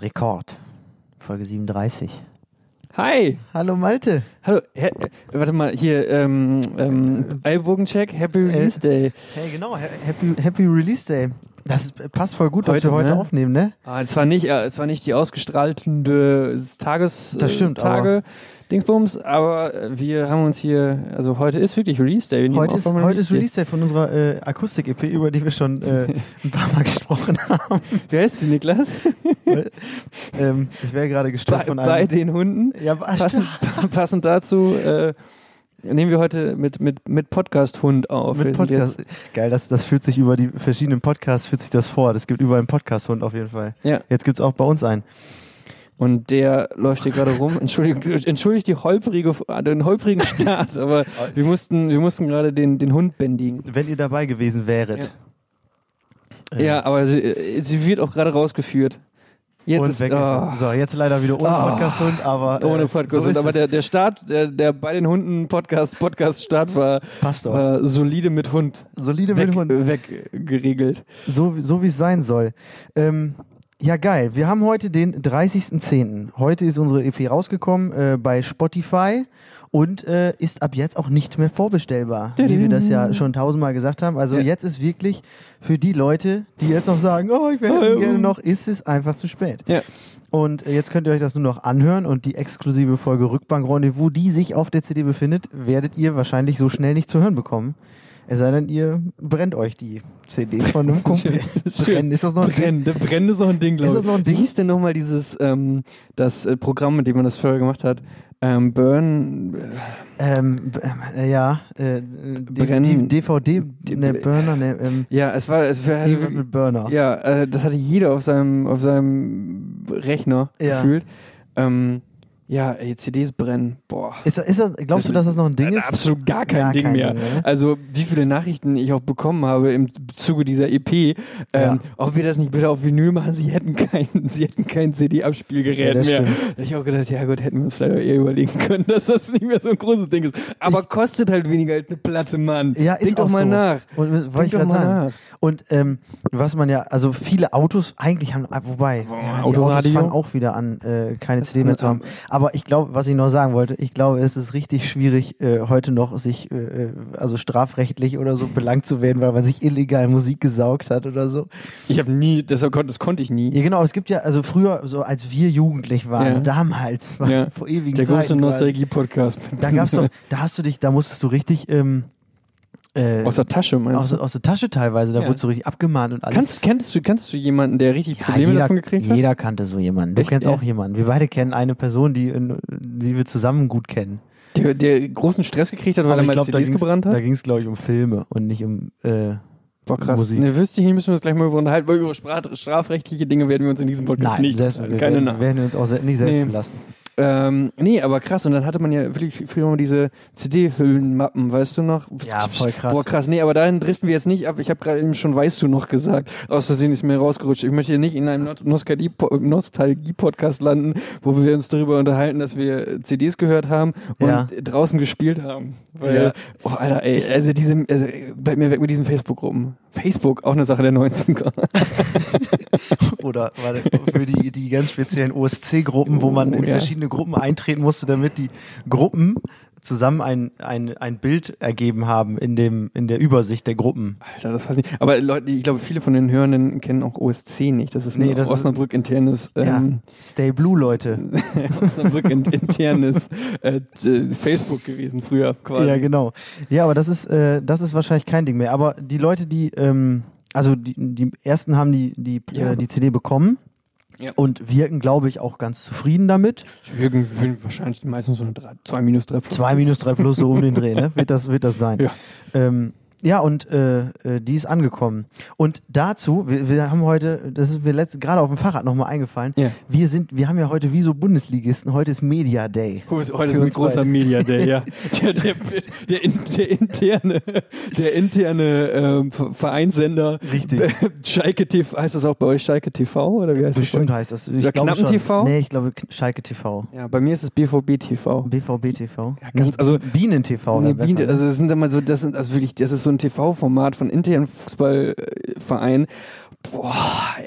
Rekord. Folge 37. Hi! Hallo Malte. Hallo, hä- äh, warte mal, hier, ähm, ähm, Ellbogencheck, Happy Release Day. Hey, genau. ha- Happy, happy Release Day. Das ist- äh, passt voll gut, dass Heute, wir heute ne? aufnehmen, ne? Ah, es war nicht, äh, es war nicht die ausgestrahltende Tages, Das stimmt, äh, Tage, Dingsbums, aber äh, wir haben uns hier, also heute ist wirklich Release Day. Wir nehmen Heute auf ist, beim heute ist Day. Release Day von unserer äh, Akustik-EP, über die wir schon äh, ein paar Mal gesprochen haben. Wer heißt sie, Niklas? Ähm, ich wäre gerade Bei, gestorben von bei einem. den Hunden. Ja, ah, Passend, stimmt. passend dazu, äh, nehmen wir heute mit, mit, mit Podcast-Hund auf. Mit wir sind Podcast. Geil, das, das fühlt sich über die verschiedenen Podcasts, fühlt sich das vor. Das gibt überall einen Podcast-Hund auf jeden Fall. Ja. Jetzt gibt es auch bei uns einen. Und der läuft hier gerade rum. Entschuldigt, entschuldigt die holprige, den holprigen Start, aber wir mussten, wir mussten gerade den, den Hund bändigen. Wenn ihr dabei gewesen wäret. Äh, Ja, aber sie, äh, sie wird auch gerade rausgeführt. Jetzt und ist, weg oh, ist er. So, jetzt leider wieder ohne Ah. Podcast-Hund, aber. äh, ohne Podcast. so ist aber es. der, der Start, der, der bei den Hunden Podcast, Podcast-Start war, passt doch. war solide mit Hund. Solide Weg, mit Hund. äh, weggeregelt. So, so wie es sein soll. Ähm, ja, geil. Wir haben heute den 30.10. Heute ist unsere EP rausgekommen äh, bei Spotify und äh, ist ab jetzt auch nicht mehr vorbestellbar, wie wir das ja schon tausendmal gesagt haben. Also Ja. jetzt ist wirklich für die Leute, die jetzt noch sagen, oh, ich wäre Ähm. gerne noch, ist es einfach zu spät. Ja. Und äh, jetzt könnt ihr euch das nur noch anhören und die exklusive Folge Rückbank Rendezvous, die sich auf der CD befindet, werdet ihr wahrscheinlich so schnell nicht zu hören bekommen. Es sei denn, ihr brennt euch die CD von einem Kumpel. Schön. Brennen, ist das noch ein Ding? Brennen, Brennen ist noch ein Ding, glaube Ist ich. das noch ein Ding? Wie hieß denn nochmal dieses, ähm, das äh, Programm, mit dem man das vorher gemacht hat? Ähm, Burn, äh, Ähm, b- äh, ja, äh, die, die Brennen- DVD, Die- ne, Burner, ne, ähm, Ja, es war, es war die mit Burner. Also, ja, äh, das hatte jeder auf seinem, auf seinem Rechner Ja. gefühlt. Ähm, ja, ey, CDs brennen, boah. Ist, das- ist das, Also, glaubst du, dass das noch ein Ding ist? Absolut gar kein Gar Ding kein mehr. Ding mehr, ne? Also, wie viele Nachrichten ich auch bekommen habe im Zuge dieser EP, ähm, Ja. ob wir das nicht bitte auf Vinyl machen, sie hätten kein, sie hätten kein Ja, CD-Abspielgerät das mehr. stimmt. Da hab ich auch gedacht, ja gut, hätten wir uns vielleicht auch eher überlegen können, dass das nicht mehr so ein großes Ding ist. Aber kostet halt weniger als eine Platte, Mann. Ja, ist Denk auch doch mal so. nach. Und wollte ich doch gerade mal sagen. nach. Und ähm, was man ja, also viele Autos eigentlich haben, ah, wobei, Boah, ja, die Autos Autoradio. fangen auch wieder an, äh, keine CD kann mehr zu haben. man- Aber ich glaube, was ich noch sagen wollte, ich glaube, es ist richtig schwierig, äh, heute noch sich, äh, äh, also strafrechtlich oder so belangt zu werden, weil man sich illegal Musik gesaugt hat oder so. Ich habe nie, deshalb konnte, das konnte ich nie. Ja, genau, es gibt ja, also früher, so als wir jugendlich waren, Ja. damals, Ja. vor ewigen Der große Zeiten. quasi, Nostalgie-Podcast. Da gab's doch, da hast du dich, da musstest du richtig, ähm, äh, Aus der Tasche, meinst aus, du? aus der Tasche teilweise, da Ja. wurdest du richtig abgemahnt und alles. Kannst, kennst du, kennst du jemanden, der richtig Ja, Probleme jeder, davon gekriegt hat? jeder kannte so jemanden. Du Echt, kennst ja? auch jemanden. Wir beide kennen eine Person, die, in, die wir zusammen gut kennen. Der, der großen Stress gekriegt hat, weil Aber er ich mal glaub, da CDs ging's- gebrannt Da hat? ging es, glaube ich, um Filme und nicht um. Äh, Boah, krass. Musik. Ne, wüsste ich nicht, müssen wir uns gleich mal über unterhalten, weil über stra- strafrechtliche Dinge werden wir uns in diesem Podcast nein, nicht. Also selbst, wir keine werden- Nach- werden wir uns auch se nicht selbst Nee. belasten. Ähm, nee, aber krass. Und dann hatte man ja wirklich früher mal diese CD-Hüllenmappen, weißt du noch? Ja, voll krass. Boah, krass. Nee, aber dahin driften wir jetzt nicht ab. Ich habe gerade eben schon Weißt du noch gesagt. Aus Versehen ist mir rausgerutscht. Ich möchte hier nicht in einem Not- Nostalgie- Po- Nostalgie-Podcast landen, wo wir uns darüber unterhalten, dass wir CDs gehört haben und Ja. draußen gespielt haben. Weil, Ja. oh, Alter, ey, also diese, also, bei mir weg mit diesen Facebook-Gruppen. Facebook, auch eine Sache der 90er. Oder warte, für die, die ganz speziellen OSC-Gruppen, wo man Oh, in ja. verschiedene Gruppen eintreten musste, damit die Gruppen zusammen ein, ein, ein Bild ergeben haben in, dem, in der Übersicht der Gruppen. Alter, das weiß ich nicht. Aber Leute, ich glaube, viele von den Hörenden kennen auch OSC nicht. Das ist Nee, ein das ist- Osnabrück-internes, ähm, Stay Blue, Leute. Osnabrück-internes äh, t- Facebook gewesen früher quasi. Ja, genau. Ja, aber das ist, äh, das ist wahrscheinlich kein Ding mehr. Aber die Leute, die, ähm, also die, die ersten haben die, die, Ja. äh, die CD bekommen Ja. und wirken, glaube ich, auch ganz zufrieden damit. Jürgen würden wahrscheinlich meistens so eine 2 minus 3 plus. Zwei minus drei plus so um den Dreh, ne? Wird das, wird das sein. Ja. Ähm, ja, und äh, äh, die ist angekommen. Und dazu, wir, wir haben heute, das ist mir letzt, gerade auf dem Fahrrad nochmal eingefallen, Ja. wir sind, wir haben ja heute wie so Bundesligisten, heute ist Media Day. Heute ist heute Für so ein uns großer beide. Media Day, ja. Der, der, der, in- der interne, der interne ähm, Ver- Vereinssender. Richtig. Schalke TV, heißt das auch bei euch Schalke TV oder wie heißt Bestimmt das? heißt das. Oder Ich glaube schon. Knappen TV? Nee, ich glaube K- Schalke TV. Ja, bei mir ist es BVB TV. BVB TV. Ja, ganz- Nicht also- Bienen TV. Nee, wäre besser, Biene, ne? also das sind immer so, das sind also wirklich, das ist so ein TV-Format von internen Fußballvereinen. Boah,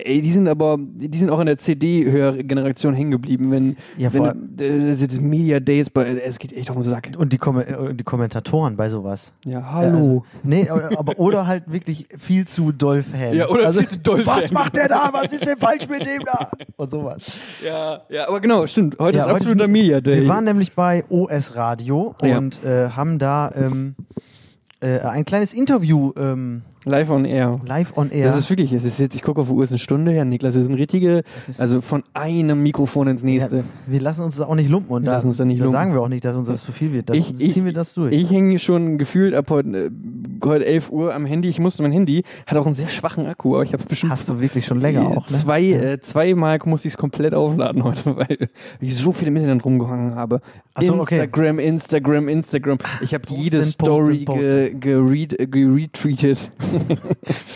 ey, die sind aber, die sind auch in der CD-Hörgeneration hängen geblieben, wenn, Ja, vor wenn äh, das jetzt Media Days bei, äh, es geht echt auf den Sack. Und die, Kom äh, die Kommentatoren bei sowas. Ja, Ja, also, nee, aber, aber oder halt wirklich viel zu doll Fan. Ja, oder also, viel zu doll Was Fan. macht der da? Was ist denn falsch mit dem da? Und sowas. Ja, ja, aber genau, stimmt. Heute Ja, ist heute absoluter ist- Media Day. Wir waren nämlich bei OS Radio Ja. und äh, haben da ähm, äh, ein kleines Interview ähm, live on air. live on air. Das ist wirklich, es ist jetzt, ich gucke auf die Uhr, es ist eine Stunde, ja, Niklas, wir sind richtige, Das ist- also von einem Mikrofon ins nächste. ja, wir lassen uns das auch nicht lumpen und Wir da, lassen uns da nicht lumpen. sagen wir auch nicht, dass uns das zu viel wird. Das, Ich- das ich- ziehen wir das durch. Ich hänge schon gefühlt ab heute, äh, heute 11 Uhr am Handy. Ich musste mein Handy, hat auch einen sehr schwachen Akku, aber ich habe es bestimmt Hast du wirklich schon länger auch. Ne? Zwei, äh, zweimal musste ich es komplett aufladen heute, weil ich so viel im Internet rumgehangen habe. Ach so, okay. Instagram, Instagram, Instagram. Ich habe Posten, jede posten, Story ge- posten. geread- äh, geretweetet.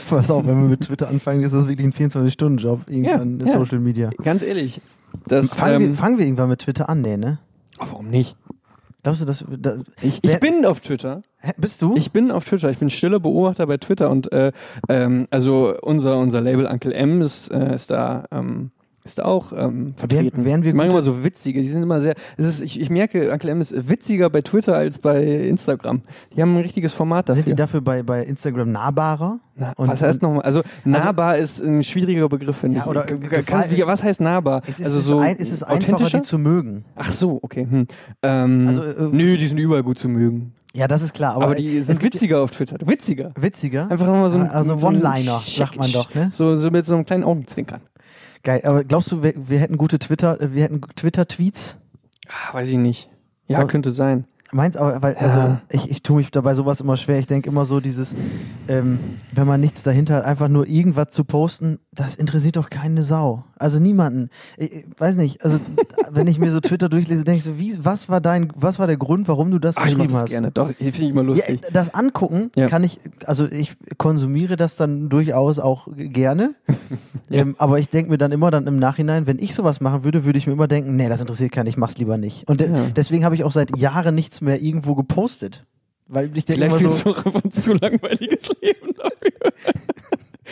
Pass auf, wenn wir mit Twitter anfangen, ist das wirklich ein 24-Stunden-Job. Irgendwann Ja, ist ja. Social Media. Ganz ehrlich. Das, Fangen, ähm, wir, fangen wir irgendwann mit Twitter an, nee, ne? oh, warum nicht? Glaubst du, dass. Da, Ich, Wer- ich bin auf Twitter. hä, bist du? Ich bin auf Twitter. Ich bin stiller Beobachter bei Twitter und äh, ähm, also unser, unser Label Uncle M ist, äh, ist da ähm, ist da auch ähm, vertreten. wären, wären wir Die machen gute- immer so witzige, die sind immer sehr. Es ist, ich, ich merke, Uncle M ist witziger bei Twitter als bei Instagram. Die haben ein richtiges Format dafür. Sind die dafür bei, bei Instagram nahbarer? Na, und- was heißt nochmal? Also, nahbar ist ein schwieriger Begriff, finde Ja, ich. oder Ge- ge- gefall- kann, wie, was heißt nahbar? Es ist, also es so ein, es ist einfacher, authentischer? die zu mögen. Ach so, okay. Hm. Ähm, Also, äh, nö, die sind überall gut zu mögen. Ja, das ist klar. Aber, Aber, die es sind gibt- witziger auf Twitter. Witziger. Witziger. Einfach nochmal so ein. also so ein One-Liner, Schick- sagt man doch, ne? So, so mit so einem kleinen Augenzwinkern. Geil. Aber glaubst du, wir, wir hätten gute Twitter, äh, wir hätten Twitter-Tweets? Ah, weiß ich nicht. Ja, Aber- könnte sein. Meins aber, weil, also Ja. ich, ich tue mich dabei sowas immer schwer. Ich denke immer so dieses, ähm, wenn man nichts dahinter hat, einfach nur irgendwas zu posten, das interessiert doch keine Sau. Also niemanden. Ich, ich weiß nicht, also wenn ich mir so Twitter durchlese, denke ich so, wie, was war dein, was war der Grund, warum du das Ach, Ah, ich geschrieben mach das hast? gerne. Doch, finde ich immer Ja, lustig. das angucken Ja. kann ich, also ich konsumiere das dann durchaus auch gerne. ähm, aber ich denke mir dann immer dann im Nachhinein, wenn ich sowas machen würde, würde ich mir immer denken, nee, das interessiert keinen, ich mach's lieber nicht. Und de Ja. deswegen habe ich auch seit Jahren nichts mehr irgendwo gepostet. Weil ich denke immer Vielleicht so, ist so ein zu langweiliges Leben dafür.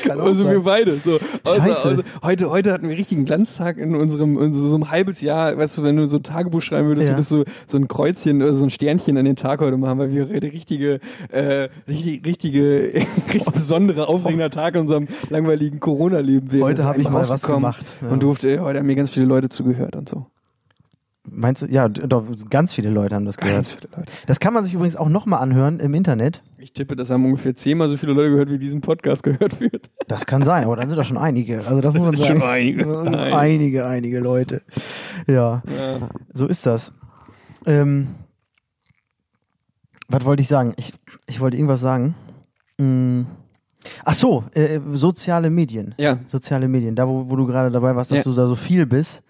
kann auch Also sein. wir beide. So. Außer, Scheiße. Außer, heute, heute hatten wir einen richtigen Glanztag in unserem in so, so einem halbes Jahr. Weißt du, wenn du so ein Tagebuch schreiben würdest, Ja. würdest du so ein Kreuzchen oder so ein Sternchen an den Tag heute machen, weil wir heute richtige, äh, richtig, richtige, richtig besondere, aufregender Tag in unserem langweiligen Corona-Leben wäre. Heute Ist habe ich einfach mal was rausgekommen gemacht. Ja. Und durfte, heute haben mir ganz viele Leute zugehört und so. Meinst du, ja, d- doch, ganz viele Leute haben das gehört. Ganz viele Leute. Das kann man sich übrigens auch nochmal anhören im Internet. Ich tippe, das haben ungefähr zehnmal so viele Leute gehört, wie diesen Podcast gehört wird. Das kann sein, aber dann sind da schon einige. Also das muss man sind sagen. schon einige. einige, einige Leute. Ja. Ja. So ist das. Ähm, was wollte ich sagen? Ich, ich wollte irgendwas sagen. Mm. Ach so, äh, soziale Medien. ja. Soziale Medien, da wo, wo du gerade dabei warst, dass Ja. du da so viel bist.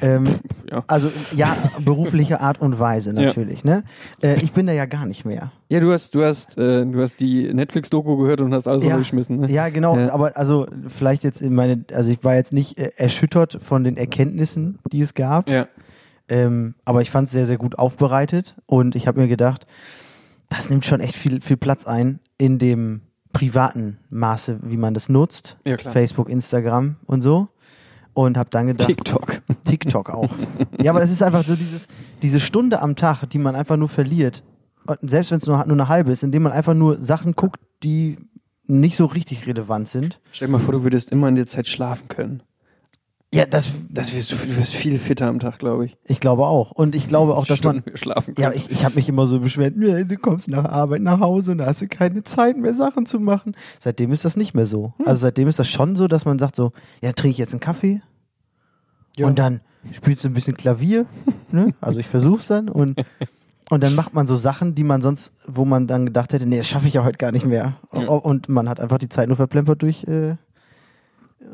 Ähm, ja. Also ja, berufliche Art und Weise natürlich. Ne? Äh, ich bin da ja gar nicht mehr. Ja, du hast, du hast, äh, du hast die Netflix-Doku gehört und hast alles Ja. runtergeschmissen. Ne? Ja, genau. Ja. Aber also vielleicht jetzt in meine, also ich war jetzt nicht äh, erschüttert von den Erkenntnissen, die es gab. Ja. Ähm, aber ich fand es sehr, sehr gut aufbereitet und ich habe mir gedacht, das nimmt schon echt viel, viel Platz ein in dem privaten Maße, wie man das nutzt. Ja, klar. Facebook, Instagram und so. Und habe dann gedacht, TikTok. TikTok auch. ja, aber das ist einfach so dieses, diese Stunde am Tag, die man einfach nur verliert, und selbst wenn es nur, nur eine halbe ist, indem man einfach nur Sachen guckt, die nicht so richtig relevant sind. Stell dir mal vor, du würdest immer in der Zeit schlafen können. Ja, das, Das wirst du, du wirst viel fitter am Tag, glaube ich. ich glaube auch. Und ich glaube auch, dass man, Stunden mehr schlafen Ja, können. ich, ich habe mich immer so beschwert, "Nee, du kommst nach Arbeit nach Hause und da hast du keine Zeit mehr, Sachen zu machen. Seitdem ist das nicht mehr so. Hm. Also seitdem ist das schon so, dass man sagt so, ja, trinke ich jetzt einen Kaffee Ja. und dann spielst du ein bisschen Klavier. ne? Also ich versuch's dann und, und dann macht man so Sachen, die man sonst, wo man dann gedacht hätte, nee, das schaffe ich ja heute gar nicht mehr. Ja. O- Und man hat einfach die Zeit nur verplempert durch äh,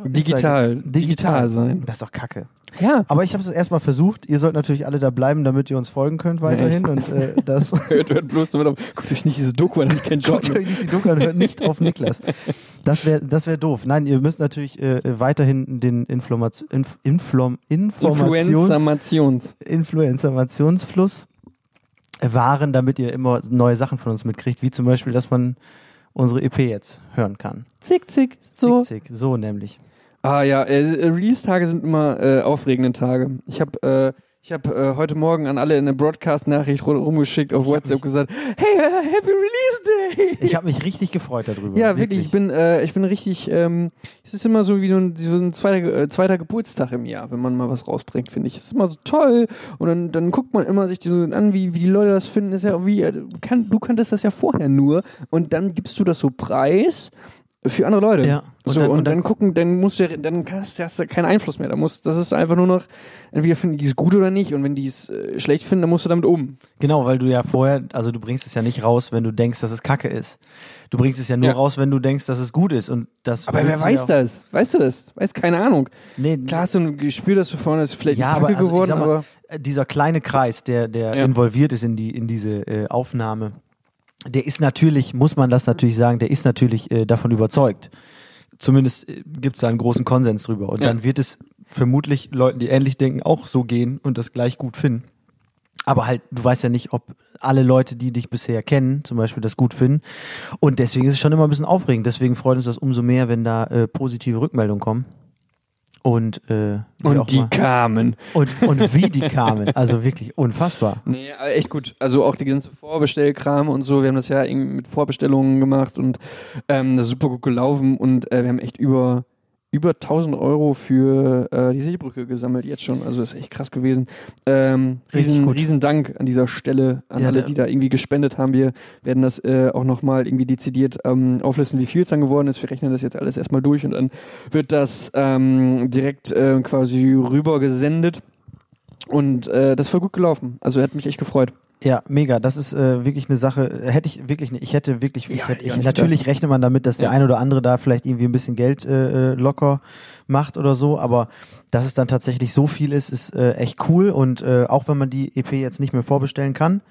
digital, Instagram. digital. sein. Das ist doch kacke. Ja. Aber ich habe es erstmal versucht. Ihr sollt natürlich alle da bleiben, damit ihr uns folgen könnt weiterhin. und äh, das Hört, hört bloß damit auf. Guckt euch nicht diese Doku an, ich keinen Job Guckt mehr. euch nicht die Doku an, hört nicht auf Niklas. Das wäre das wär doof. Nein, ihr müsst natürlich äh, weiterhin den Information, Inf Inflom, Informations, Influencer-Mations. Influenzermationsfluss wahren, damit ihr immer neue Sachen von uns mitkriegt, wie zum Beispiel, dass man unsere EP jetzt hören kann. Zick, zick, so. Zick, zick. So nämlich. Ah ja, äh, Release-Tage sind immer äh, aufregende Tage. Ich habe äh, ich hab, äh, heute Morgen an alle eine Broadcast-Nachricht rum- rumgeschickt auf WhatsApp gesagt, hey, äh, Happy Release Day! Ich habe mich richtig gefreut darüber. ja, wirklich, ich bin, äh, ich bin richtig, ähm, es ist immer so wie so ein, so ein zweiter, Ge- äh, zweiter Geburtstag im Jahr, wenn man mal was rausbringt, finde ich. Es ist immer so toll und dann, dann guckt man immer sich die so an, wie, wie die Leute das finden, ist ja wie, äh, kann, du kanntest das ja vorher nur und dann gibst du das so preis für andere Leute. Ja. Und, so, dann, und, dann, gucken, dann musst du ja, dann hast, hast du keinen Einfluss mehr. Da musst, das ist einfach nur noch, entweder finden die es gut oder nicht. Und wenn die es äh, schlecht finden, dann musst du damit um. Genau, weil du ja vorher, also du bringst es ja nicht raus, wenn du denkst, dass es Kacke ist. Du bringst es ja nur Ja. raus, wenn du denkst, dass es gut ist und das. Aber wer willst du weiß ja auch- das? Weißt du das? Weiß keine Ahnung. Nee, Klar hast du ein Gespür, dass du vorne ist vielleicht ja, Kacke aber, also, ich geworden, sag mal, aber äh, dieser kleine Kreis, der, der Ja. involviert ist in die in diese äh, Aufnahme, der ist natürlich, muss man das natürlich sagen, der ist natürlich äh, davon überzeugt. Zumindest äh, gibt es da einen großen Konsens drüber. Und Ja. dann wird es vermutlich Leuten, die ähnlich denken, auch so gehen und das gleich gut finden. Aber halt, du weißt ja nicht, ob alle Leute, die dich bisher kennen, zum Beispiel das gut finden. Und deswegen ist es schon immer ein bisschen aufregend. Deswegen freut uns das umso mehr, wenn da äh, positive Rückmeldungen kommen. Und, äh, wir auch und die mal- kamen. und, und wie die kamen. Also wirklich unfassbar. Nee, aber echt gut. Also auch die ganze Vorbestellkram und so. Wir haben das ja irgendwie mit Vorbestellungen gemacht und ähm, das ist super gut gelaufen und äh, wir haben echt über über 1000 Euro für äh, die Seebrücke gesammelt jetzt schon. Also das ist echt krass gewesen. Ähm, Richtig riesen, gut. riesen Dank an dieser Stelle an Ja, alle, der- die da irgendwie gespendet haben. Wir werden das äh, auch nochmal irgendwie dezidiert ähm, auflisten, wie viel es dann geworden ist. Wir rechnen das jetzt alles erstmal durch und dann wird das ähm, direkt äh, quasi rüber gesendet. Und äh, das war gut gelaufen. Also hat mich echt gefreut. Ja, mega. Das ist äh, wirklich eine Sache. Hätte ich wirklich, nicht- ich hätte wirklich, ich Ja, hätte, ja, ich, nicht natürlich rechnet man damit, dass der Ja. ein oder andere da vielleicht irgendwie ein bisschen Geld äh, äh, locker macht oder so. Aber dass es dann tatsächlich so viel ist, ist äh, echt cool. Und äh, auch wenn man die EP jetzt nicht mehr vorbestellen kann,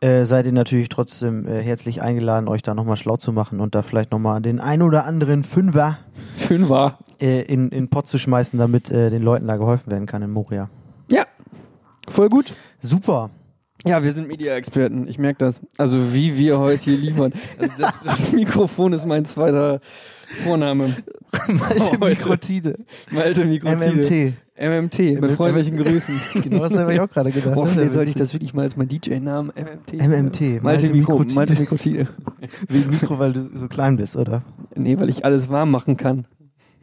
äh, seid ihr natürlich trotzdem äh, herzlich eingeladen, euch da nochmal schlau zu machen und da vielleicht nochmal den ein oder anderen Fünfer Schön war. äh, in in den Pott zu schmeißen, damit äh, den Leuten da geholfen werden kann in Moria. Voll gut. Super. Ja, wir sind Media-Experten. Ich merke das. Also wie wir heute hier liefern. Also das, das Mikrofon ist mein zweiter Vorname. Malte Heute. Oh, Mikrotide. Malte Mikrotide. MMT. MMT. M- Mit freundlichen Grüßen. Genau das habe ich auch gerade gedacht. Boah, Das ist ja ne, vielleicht sollte Oh, ich witzig. das wirklich mal als mein DJ-Namen MMT. MMT, Malte, Malte Mikro, Mikrotide. Malte Mikrotide. Wegen Mikro, weil du so klein bist, oder? Nee, weil ich alles warm machen kann.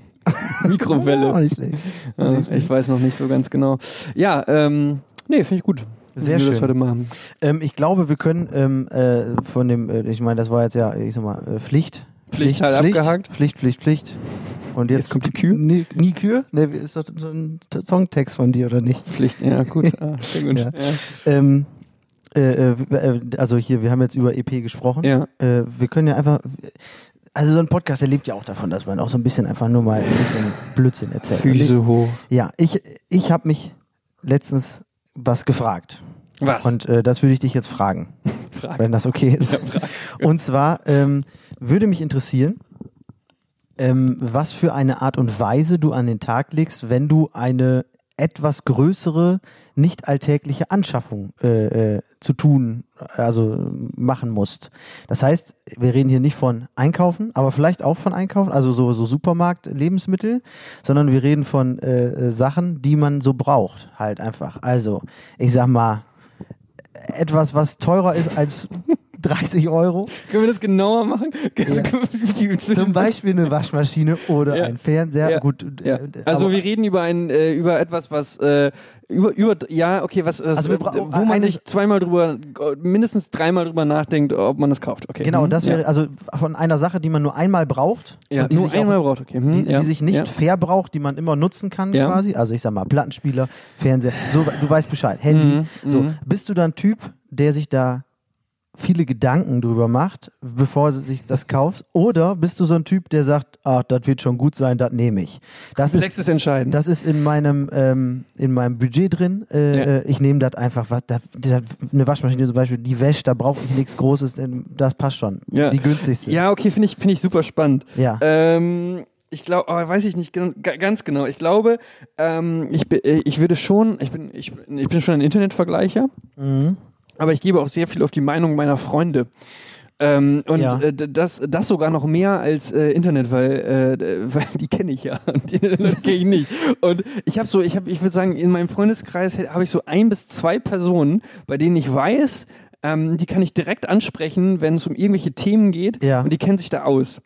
Auch Mikrowelle. nicht schlecht. Ja, ich weiß noch nicht so ganz genau. Ja, ähm, nee, finde ich gut. Sehr wie Wir das schön. heute machen. Ähm, ich glaube, wir können ähm, äh, von dem, äh, ich meine, das war jetzt ja, ich sag mal, äh, Pflicht. Pflichtteil abgehakt. Pflicht, Pflicht, Pflicht. Und jetzt, Jetzt kommt die Kür. Nie, nie Kür? Ne, ist doch so ein T- Songtext von dir, oder nicht? Pflicht, ja, gut. Ah, sehr gut. Ja. Ähm, äh, äh, w- äh, also hier, wir haben jetzt über EP gesprochen. ja. äh, wir können ja einfach. Also so ein Podcast, der lebt ja auch davon, dass man auch so ein bisschen einfach nur mal ein bisschen Blödsinn erzählt. Füße hoch. Ja, ich, ich habe mich letztens was gefragt. Was? Und äh, das würde ich dich jetzt fragen, wenn das okay ist. Und zwar ähm, würde mich interessieren, ähm, was für eine Art und Weise du an den Tag legst, wenn du eine etwas größere, nicht alltägliche Anschaffung äh, äh, zu tun, also machen musst. Das heißt, wir reden hier nicht von Einkaufen, aber vielleicht auch von Einkaufen, also so, so Supermarkt, Lebensmittel, sondern wir reden von äh, äh, Sachen, die man so braucht, halt einfach. Also, ich sag mal, etwas, was teurer ist als 30 Euro. Können wir das genauer machen? Zum Beispiel eine Waschmaschine oder Ja. ein Fernseher. Ja. Gut, äh, Ja. Also aber- wir reden über ein äh, über etwas was äh, über über ja okay was, was Also wir brauchen wo man eine- sich zweimal drüber mindestens dreimal drüber nachdenkt ob man das kauft okay genau, Hm? das wäre ja. also von einer Sache, die man nur einmal braucht, ja. und die, nur sich auch- einmal braucht okay Hm, die, ja. die sich nicht ja. verbraucht, die man immer nutzen kann Ja. quasi. Also ich sag mal Plattenspieler, Fernseher, so, du weißt Bescheid, Handy. Mhm, So, mhm. bist du dann Typ, der sich da viele Gedanken drüber macht, bevor du sich das kaufst, oder bist du so ein Typ, der sagt, ach, das wird schon gut sein, das nehme ich. Das ist Lex ist entscheidend Das ist in meinem, ähm, in meinem Budget drin. Äh, Ja. äh, Ich nehme das einfach, was, da, da, eine Waschmaschine zum Beispiel, die wäscht, da brauche ich nichts Großes, denn das passt schon. Ja. Die günstigste. ja okay finde ich finde ich super spannend Ja. Ähm, ich glaube, aber weiß ich nicht gen- ga- ganz genau. Ich glaube, ähm, ich, bi- äh, ich würde schon, ich bin, ich, bin- ich bin schon ein Internetvergleicher, Mhm. aber ich gebe auch sehr viel auf die Meinung meiner Freunde. Ähm, und Ja. äh, d- das, das sogar noch mehr als äh, Internet, weil, äh, d- weil die kenne ich ja und die Internet kenne ich nicht. Und ich habe so, ich habe, ich würde sagen, in meinem Freundeskreis habe ich so ein bis zwei Personen, bei denen ich weiß, ähm, die kann ich direkt ansprechen, wenn es um irgendwelche Themen geht Ja. und die kennen sich da aus.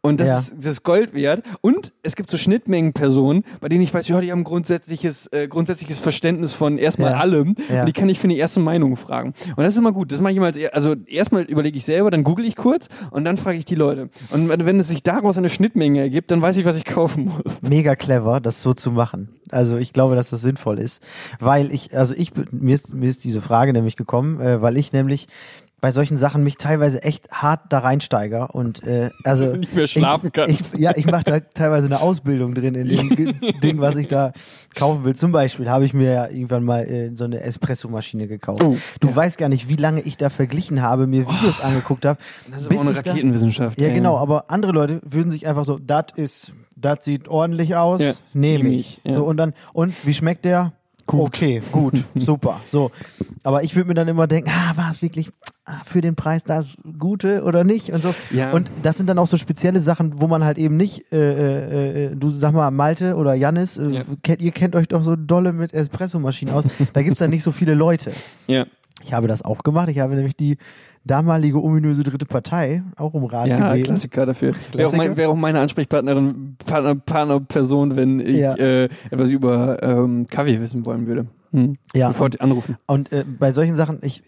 Und das, Ja. ist, das ist Gold wert. Und es gibt so Schnittmengenpersonen, bei denen ich weiß, ja, die haben grundsätzliches, äh, grundsätzliches Verständnis von erstmal Ja. allem. Ja. Und die kann ich für die erste Meinung fragen. Und das ist immer gut. Das mache ich immer als, er- also erstmal überlege ich selber, dann google ich kurz und dann frage ich die Leute. Und wenn wenn es sich daraus eine Schnittmenge ergibt, dann weiß ich, was ich kaufen muss. mega clever, das so zu machen. Also ich glaube, dass das sinnvoll ist, weil ich, also ich, mir ist, mir ist diese Frage nämlich gekommen, äh, weil ich nämlich bei solchen Sachen mich teilweise echt hart da reinsteiger und äh, also Dass du nicht mehr schlafen ich, kannst. Ich, ja, ich mache da teilweise eine Ausbildung drin in dem Ge- Ding, was ich da kaufen will. Zum Beispiel habe ich mir ja irgendwann mal äh, so eine Espressomaschine gekauft. Oh, du weißt gar nicht, wie lange ich da verglichen habe, mir Videos angeguckt habe. Das ist bis auch eine ich da- Raketenwissenschaft. Also ja, genau, aber andere Leute würden sich einfach so, das ist, das sieht ordentlich aus, Ja, nehme nehm ich. ich, ja. So, und dann, und wie schmeckt der? Gut. Okay, gut, super. So. Aber ich würde mir dann immer denken, ah, war es wirklich ah, für den Preis das Gute oder nicht? Und so. Ja. Und das sind dann auch so spezielle Sachen, wo man halt eben nicht, äh, äh, äh, du sag mal, Malte oder Jannis, äh, Ja. kennt, ihr kennt euch doch so dolle mit Espressomaschinen aus. Da gibt's dann nicht so viele Leute. Ja. Ich habe das auch gemacht. Ich habe nämlich die damalige ominöse dritte Partei auch um Rat Ja, gebeten. Klassiker dafür. Wäre auch, mein, wäre auch meine Ansprechpartnerin, Partner, Partner, Person, wenn ich Ja. äh, etwas über ähm, Kaffee wissen wollen würde. Hm. Ja, Sofort anrufen. Und äh, bei solchen Sachen, ich,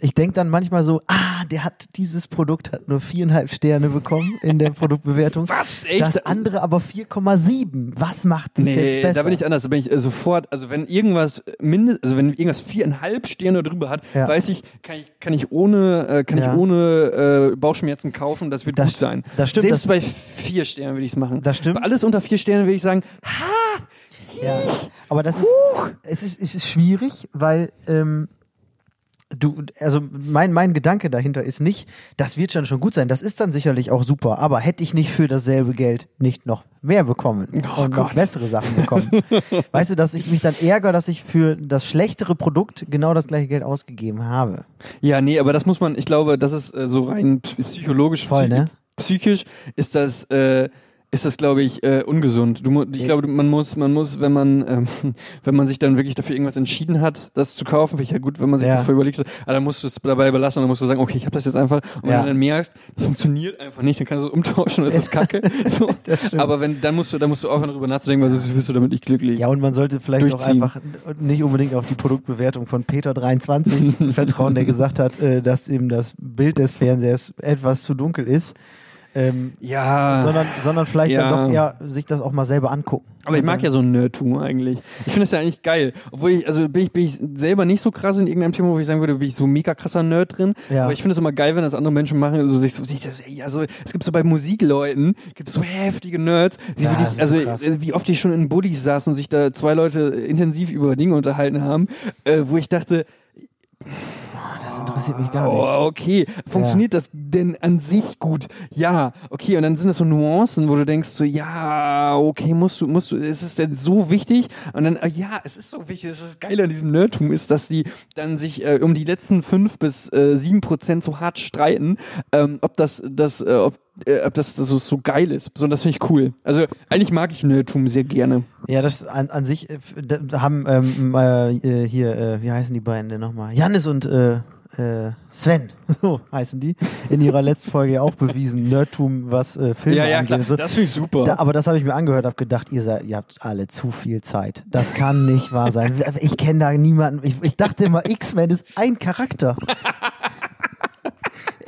ich denke dann manchmal so, ah, der hat dieses Produkt hat nur viereinhalb Sterne bekommen in der Produktbewertung. Was? Echt? Das andere aber 4,7. Was macht das nee, jetzt besser? da bin ich anders. Da bin ich äh, sofort, also wenn irgendwas mindest, also wenn irgendwas viereinhalb Sterne drüber hat, Ja. weiß ich, kann ich, kann ich ohne, äh, kann Ja. ich ohne äh, Bauchschmerzen kaufen, das wird Das gut st- sein. das stimmt, Selbst das- bei vier Sternen würde ich es machen. Das stimmt. Bei alles unter vier Sternen würde ich sagen, ja. Aber das ist, es ist, es ist schwierig, weil ähm, du, also mein, mein Gedanke dahinter ist nicht, das wird dann schon gut sein, das ist dann sicherlich auch super, aber hätte ich nicht für dasselbe Geld nicht noch mehr bekommen Oh und noch Gott. bessere Sachen bekommen. weißt du, dass ich mich dann ärgere, dass ich für das schlechtere Produkt genau das gleiche Geld ausgegeben habe. Ja, nee, aber das muss man, ich glaube, das ist äh, so rein p- psychologisch, Voll, ne? psychisch ist das, äh, ist das, glaube ich, äh, ungesund. Du, mu- ich glaube, man muss, man muss, wenn man, ähm, wenn man sich dann wirklich dafür irgendwas entschieden hat, das zu kaufen, finde ich ja gut, wenn man sich Ja. das vorher überlegt hat, aber dann musst du es dabei belassen und dann musst du sagen, okay, ich habe das jetzt einfach. Und Ja. wenn du dann merkst, das funktioniert einfach nicht, dann kannst du es umtauschen, das ist Kacke. so. Aber wenn, dann musst du, dann musst du aufhören, darüber nachzudenken, weil sonst wirst du damit nicht glücklich. Ja, und man sollte vielleicht auch Durchziehen. einfach nicht unbedingt auf die Produktbewertung von Peter23 vertrauen, der gesagt hat, äh, dass ihm das Bild des Fernsehers etwas zu dunkel ist. Ähm, Ja. sondern, sondern vielleicht dann doch Ah. Ja. eher sich das auch mal selber angucken. Aber ich mag ja so ein Nerdtum eigentlich. Ich finde das ja eigentlich geil. Obwohl ich, also bin ich, bin ich selber nicht so krass in irgendeinem Thema, wo ich sagen würde, bin ich so mega krasser Nerd drin. Ja. Aber ich finde es immer geil, wenn das andere Menschen machen. Also sich so, sich das, ey, also, es gibt so bei Musikleuten, gibt es so heftige Nerds, die Ja, das wirklich, ist also krass. äh, wie oft ich schon in Buddies saß und sich da zwei Leute intensiv über Dinge unterhalten haben, äh, wo ich dachte, Das interessiert mich gar nicht. Oh, okay. Funktioniert das denn an sich gut? Ja, okay. Und dann sind das so Nuancen, wo du denkst so, ja, okay, musst du, musst du, ist es denn so wichtig? Und dann, ah, ja, es ist so wichtig. Es ist geil an diesem Nerdtum ist, dass sie dann sich äh, um die letzten fünf bis äh, sieben Prozent so hart streiten, ähm, ob das, das, äh, ob, äh, ob das, das so, so geil ist. So, und das finde ich cool. Also eigentlich mag ich Nerdtum sehr gerne. Ja, das an, an sich äh, f- da- da haben ähm, äh, äh, hier, äh, wie heißen die beiden denn nochmal? Jannis und äh, äh, Sven, so heißen die, in ihrer letzten Folge ja auch bewiesen, Nerdtum, was äh, Filme angeht. und So. Das finde ich super. Da, aber das habe ich mir angehört, habe gedacht, ihr, seid, ihr habt alle zu viel Zeit. Das kann nicht wahr sein. Ich kenne da niemanden. Ich, ich dachte immer, X-Men ist ein Charakter.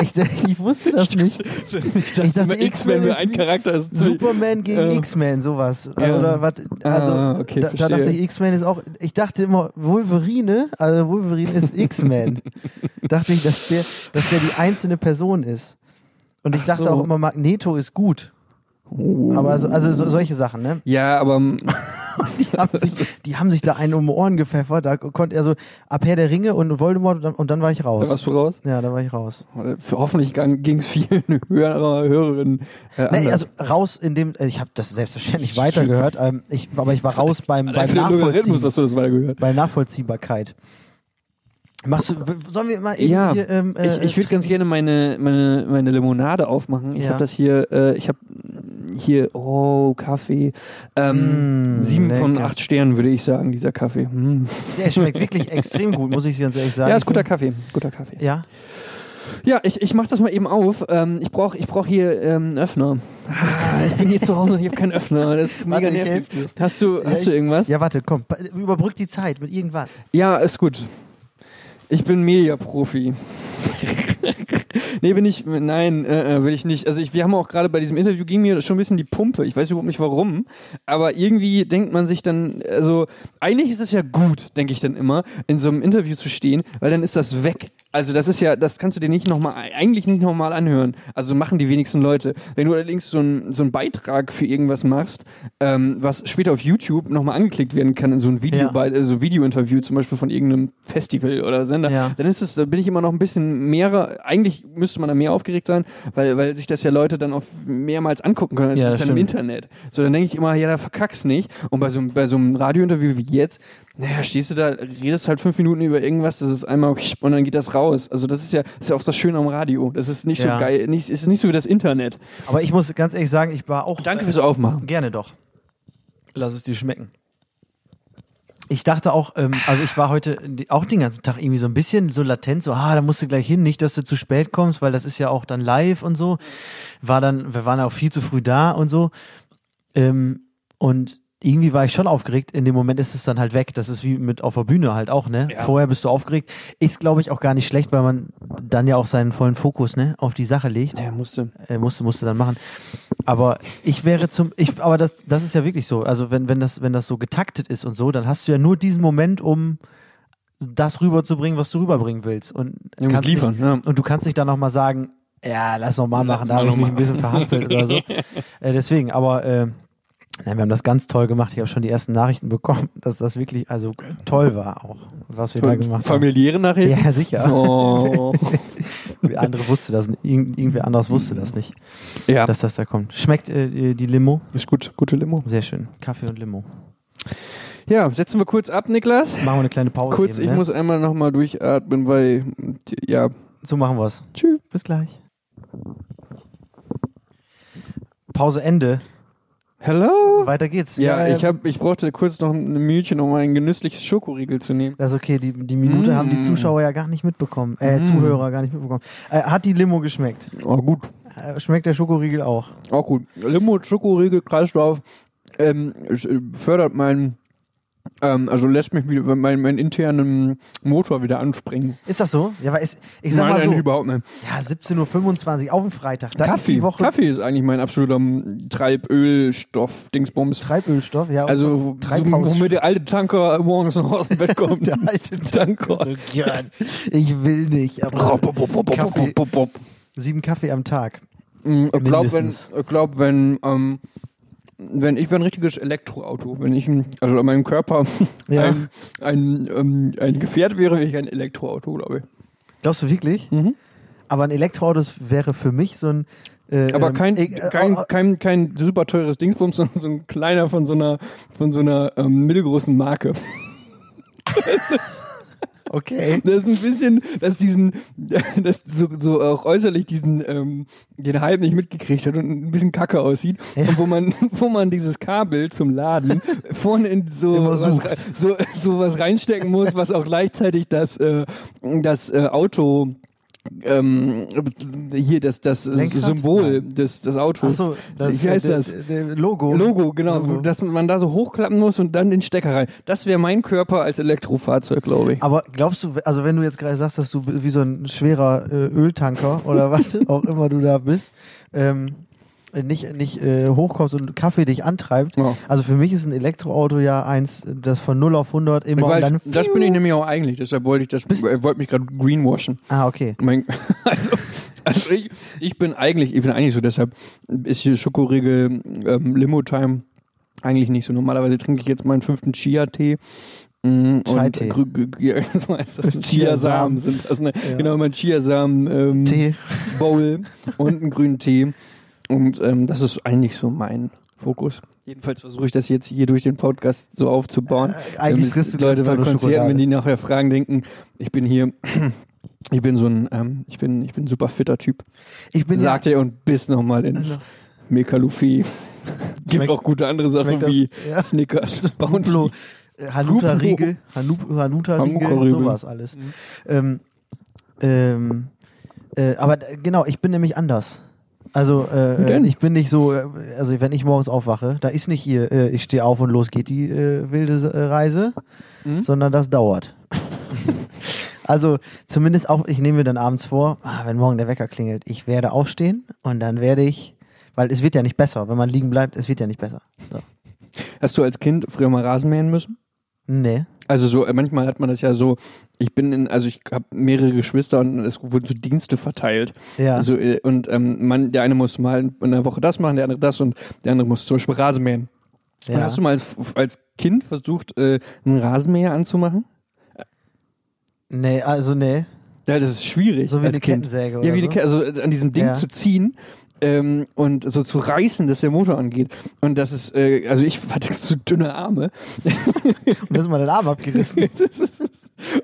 Ich, ich wusste das nicht. ich dachte, Ich dachte, immer, X-Men X-Men wäre ist ein wie- Charakter. Das ist ziemlich- Superman gegen Ja. X-Men, sowas. Äh. Äh, Ja. Oder was? Also, Ah, okay, da, da verstehe. dachte ich, X-Men ist auch. Ich dachte immer, Wolverine, also Wolverine ist X-Men. dachte ich, dass der, dass der die einzelne Person ist. Und ich Ach dachte so. Oh. auch immer, Magneto ist gut. Aber so, also so, solche Sachen, ne? Ja, aber mm, Die haben, sich, die haben sich da einen um die Ohren gepfeffert. Da konnte er so ab Herr der Ringe und Voldemort und dann, und dann war ich da warst raus. du raus. Ja, da war ich raus. Für hoffentlich ging es vielen Hörer, Hörerinnen äh, anders. Nee, also raus in dem, ich habe das selbstverständlich weitergehört, ähm, ich, aber ich war raus beim, Allein beim für den Logarithmus Nachvollziehen. hast du das weitergehört. bei Nachvollziehbarkeit. Machst du, w- sollen wir mal irgendwie, Ja, ähm, äh, ich ich würde ganz gerne meine, meine, meine Limonade aufmachen. Ich Ja. habe das hier, äh, ich habe hier, oh, Kaffee. Ähm, Mm, sieben von lecker. acht Sternen würde ich sagen, dieser Kaffee. Mm. Der schmeckt wirklich extrem gut, muss ich ganz ehrlich sagen. Ja, ist guter Kaffee, guter Kaffee. Ja, Ja, ich, ich mache das mal eben auf. Ähm, ich brauche ich brauch hier ähm, einen Öffner. Ah, ich bin hier zu Hause und ich habe keinen Öffner. Das ist mega Warte, ich nervig. helf dir. Hast du, Ja, hast du ich- irgendwas? Ja. ja, warte, komm, pa- überbrück die Zeit mit irgendwas. ist gut. Ich bin Media-Profi. nee, bin ich. Nein, äh, äh, will ich nicht. Also ich, wir haben auch gerade bei diesem Interview ging mir schon ein bisschen die Pumpe. Ich weiß überhaupt nicht warum. Aber irgendwie denkt man sich dann, also eigentlich ist es ja gut, denke ich dann immer, in so einem Interview zu stehen, weil dann ist das weg. Also das ist ja, das kannst du dir nicht nochmal, eigentlich nicht nochmal anhören. Also machen die wenigsten Leute. Wenn du allerdings so, ein, so einen Beitrag für irgendwas machst, ähm, was später auf YouTube nochmal angeklickt werden kann, in so ein Video, Ja. bei, äh, so ein Video-Interview zum Beispiel von irgendeinem Festival oder Sender, Ja. dann ist es, da bin ich immer noch ein bisschen mehr, eigentlich müsste man da mehr aufgeregt sein, weil, weil sich das ja Leute dann auch mehrmals angucken können, als Ja, es das dann im stimmt. Internet. So, dann denke ich immer, ja, da verkack's nicht. Und bei so, einem- bei so einem Radiointerview wie jetzt, naja, stehst du da, redest halt fünf Minuten über irgendwas, das ist einmal und dann geht das raus. Also das ist ja, das ist ja auch das Schöne am Radio. Das ist nicht Ja. so geil, nicht, ist nicht so wie das Internet. Aber ich muss ganz ehrlich sagen, ich war auch. Danke fürs Aufmachen. Gerne doch. Lass es dir schmecken. Ich dachte auch, ähm, also ich war heute die- auch den ganzen Tag irgendwie so ein bisschen so latent, so, ah, da musst du gleich hin, nicht, dass du zu spät kommst, weil das ist ja auch dann live und so. War dann, wir waren auch viel zu früh da und so. Ähm, und irgendwie war ich schon aufgeregt. In dem Moment ist es dann halt weg. Das ist wie mit auf der Bühne halt auch, ne? Ja. Vorher bist du aufgeregt. Ist, glaube ich, auch gar nicht schlecht, weil man dann ja auch seinen vollen Fokus, ne, auf die Sache legt Der musste. äh, musste musste dann machen. Aber ich wäre zum ich aber das das ist ja wirklich so. Also wenn wenn das wenn das so getaktet ist und so, dann hast du ja nur diesen Moment, um das rüberzubringen, was du rüberbringen willst und Der muss kannst liefern. ja. Nicht, und du kannst nicht dann noch mal sagen, ja, lass noch mal Lass machen, mal da habe ich noch mich ein machen. bisschen verhaspelt oder so. Äh, deswegen, aber äh, nein, wir haben das ganz toll gemacht. Ich habe schon die ersten Nachrichten bekommen, dass das wirklich also toll war auch, was wir da Von gemacht haben. familiäre Nachrichten. Ja, sicher. Oh. Andere wusste das, nicht. Irgend- irgendwer anderes wusste das nicht ja, dass das da kommt. Schmeckt äh, die Limo? ist gut. Gute Limo. Sehr schön. Kaffee und Limo. Ja, setzen wir kurz ab, Niklas. Machen wir eine kleine Pause. Kurz, eben, ich ne? muss einmal nochmal durchatmen, weil, ja, So machen wir's. tschüss. Bis gleich. Pause Ende. Hello? Weiter geht's. Ja, ich, habe. hab, ich brauchte kurz noch eine Mühlchen, um ein genüssliches Schokoriegel zu nehmen. Das ist okay, die, die Minute Mm. haben die Zuschauer ja gar nicht mitbekommen. Äh, Mm. Zuhörer gar nicht mitbekommen. Äh, hat die Limo geschmeckt? Oh, gut. Äh, schmeckt der Schokoriegel auch? Auch gut. Limo, Schokoriegel, Kreislauf ähm, sch- fördert meinen, ähm, also lässt mich wieder meinen, meinen internen Motor wieder anspringen. Ist das so? Ja, weil es, ich sag mal eigentlich so, überhaupt nicht. ja, 17.25 Uhr auf dem Freitag. Da ist Kaffee. die Woche Kaffee ist eigentlich mein absoluter mm, Treibölstoff, Dingsbums. Treibölstoff, ja. Also, so, Treibhaus- womit der alte Tanker morgens noch aus dem Bett kommt. der alte Tanker. So, ja, ich will nicht. Aber Kaffee. sieben Kaffee am Tag. Mm, Ich glaube, wenn, Mindestens. ich glaub, wenn, ähm, wenn ich wäre ein richtiges Elektroauto, wenn ich ein- also an meinem Körper Ja. ein, ein, ähm, ein Gefährt wäre, wäre ich ein Elektroauto, glaube ich. Glaubst du wirklich? Mhm. Aber ein Elektroauto ist- wäre für mich so ein. äh, Aber ähm, kein, äh, äh, kein, äh, kein, kein super teures Dingsbums, sondern so ein kleiner von so einer, von so einer ähm, mittelgroßen Marke. oh, Okay. Das ist ein bisschen, dass diesen, dass so, so auch äußerlich diesen, ähm, den Hype nicht mitgekriegt hat und ein bisschen kacke aussieht. Und wo man, wo man dieses Kabel zum Laden vorne in so, Immer was, sucht. re- so, so was reinstecken muss, was auch gleichzeitig das, äh, das äh, Auto, ähm, hier das, das Lenkrad? Symbol des, des Ach Autos. so, das, Wie heißt äh, das? d- d- Logo. Logo, genau, Logo. dass man da so hochklappen muss und dann den Stecker rein. Das wäre mein Körper als Elektrofahrzeug, glaube ich. Aber glaubst du, also wenn du jetzt gerade sagst, dass du wie so ein schwerer äh, Öltanker oder was auch immer du da bist, ähm, nicht, nicht äh, hochkommst und Kaffee dich antreibt. Ja. Also für mich ist ein Elektroauto ja eins, das von 0 auf 100 immer Ich und weiß, dann. das bin ich nämlich auch eigentlich, deshalb wollte ich das, Bist- äh, wollte mich gerade greenwashen. Ah, okay. Mein, also, also ich, ich bin eigentlich, ich bin eigentlich so, deshalb ist hier Schokoriegel, ähm, Limo-Time eigentlich nicht so. Normalerweise trinke ich jetzt meinen fünften Chia-Tee. mm, und Chai-Tee. grü- grü- grü- Ja, so heißt das. Chiasamen. Chiasamen sind das, ne? Ja. Genau, mein Chiasamen-Bowl Tee. und einen grünen Tee. Und ähm, das ist ähm, eigentlich so mein Fokus. Jedenfalls versuche ich das jetzt hier durch den Podcast so aufzubauen. Äh, Eigentlich damit frisst du die Leute ganze bei Zeit nur Konzerten, Schokolade. wenn die nachher fragen, denken, ich bin hier, ich bin so ein, ähm, ich bin, ich bin ein super fitter Typ. Ich bin Sagt er und biss nochmal ins Also. Mekalufi. Gibt Schmeckt- auch gute andere Sachen schmeckt das? wie Ja. Snickers, Bounty. Duplo, äh, Hanuta-Riegel, Hanu- Hanuta-Riegel, Hanuta-Riegel. sowas alles. Ähm, ähm, äh, aber d- genau, ich bin nämlich anders. Also äh, denn? äh, ich bin nicht so, äh, also wenn ich morgens aufwache, da ist nicht hier, äh, ich stehe auf und los geht die äh, wilde äh, Reise, Mhm. sondern das dauert. also zumindest auch, ich nehme mir dann abends vor, ah, wenn morgen der Wecker klingelt, ich werde aufstehen und dann werde ich, weil es wird ja nicht besser, wenn man liegen bleibt, es wird ja nicht besser. So. Hast du als Kind früher mal Rasen mähen müssen? Nee. Also so, äh, manchmal hat man das ja so, ich bin in, also ich habe mehrere Geschwister und es wurden so Dienste verteilt. Ja. Also, äh, und ähm, man, der eine muss mal in einer Woche das machen, der andere das und der andere muss zum Beispiel Rasen mähen. ja. Und hast du mal als, als Kind versucht, äh, einen Rasenmäher anzumachen? Nee, also nee. Ja, das ist schwierig. So wie als eine Kind. Kettensäge Ja, oder wie die so. Ke- also äh, an diesem Ding Ja. zu ziehen ähm, und so zu reißen, dass der Motor angeht. Und das ist, äh, also ich hatte so dünne Arme. Und ist mal den Arm abgerissen.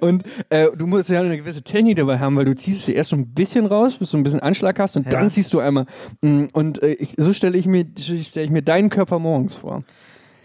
und äh, du musst ja eine gewisse Technik dabei haben, weil du ziehst sie erst so ein bisschen raus, bis du ein bisschen Anschlag hast und Ja. dann ziehst du einmal. Mm, Und äh, ich, so stelle ich mir stelle ich mir deinen Körper morgens vor.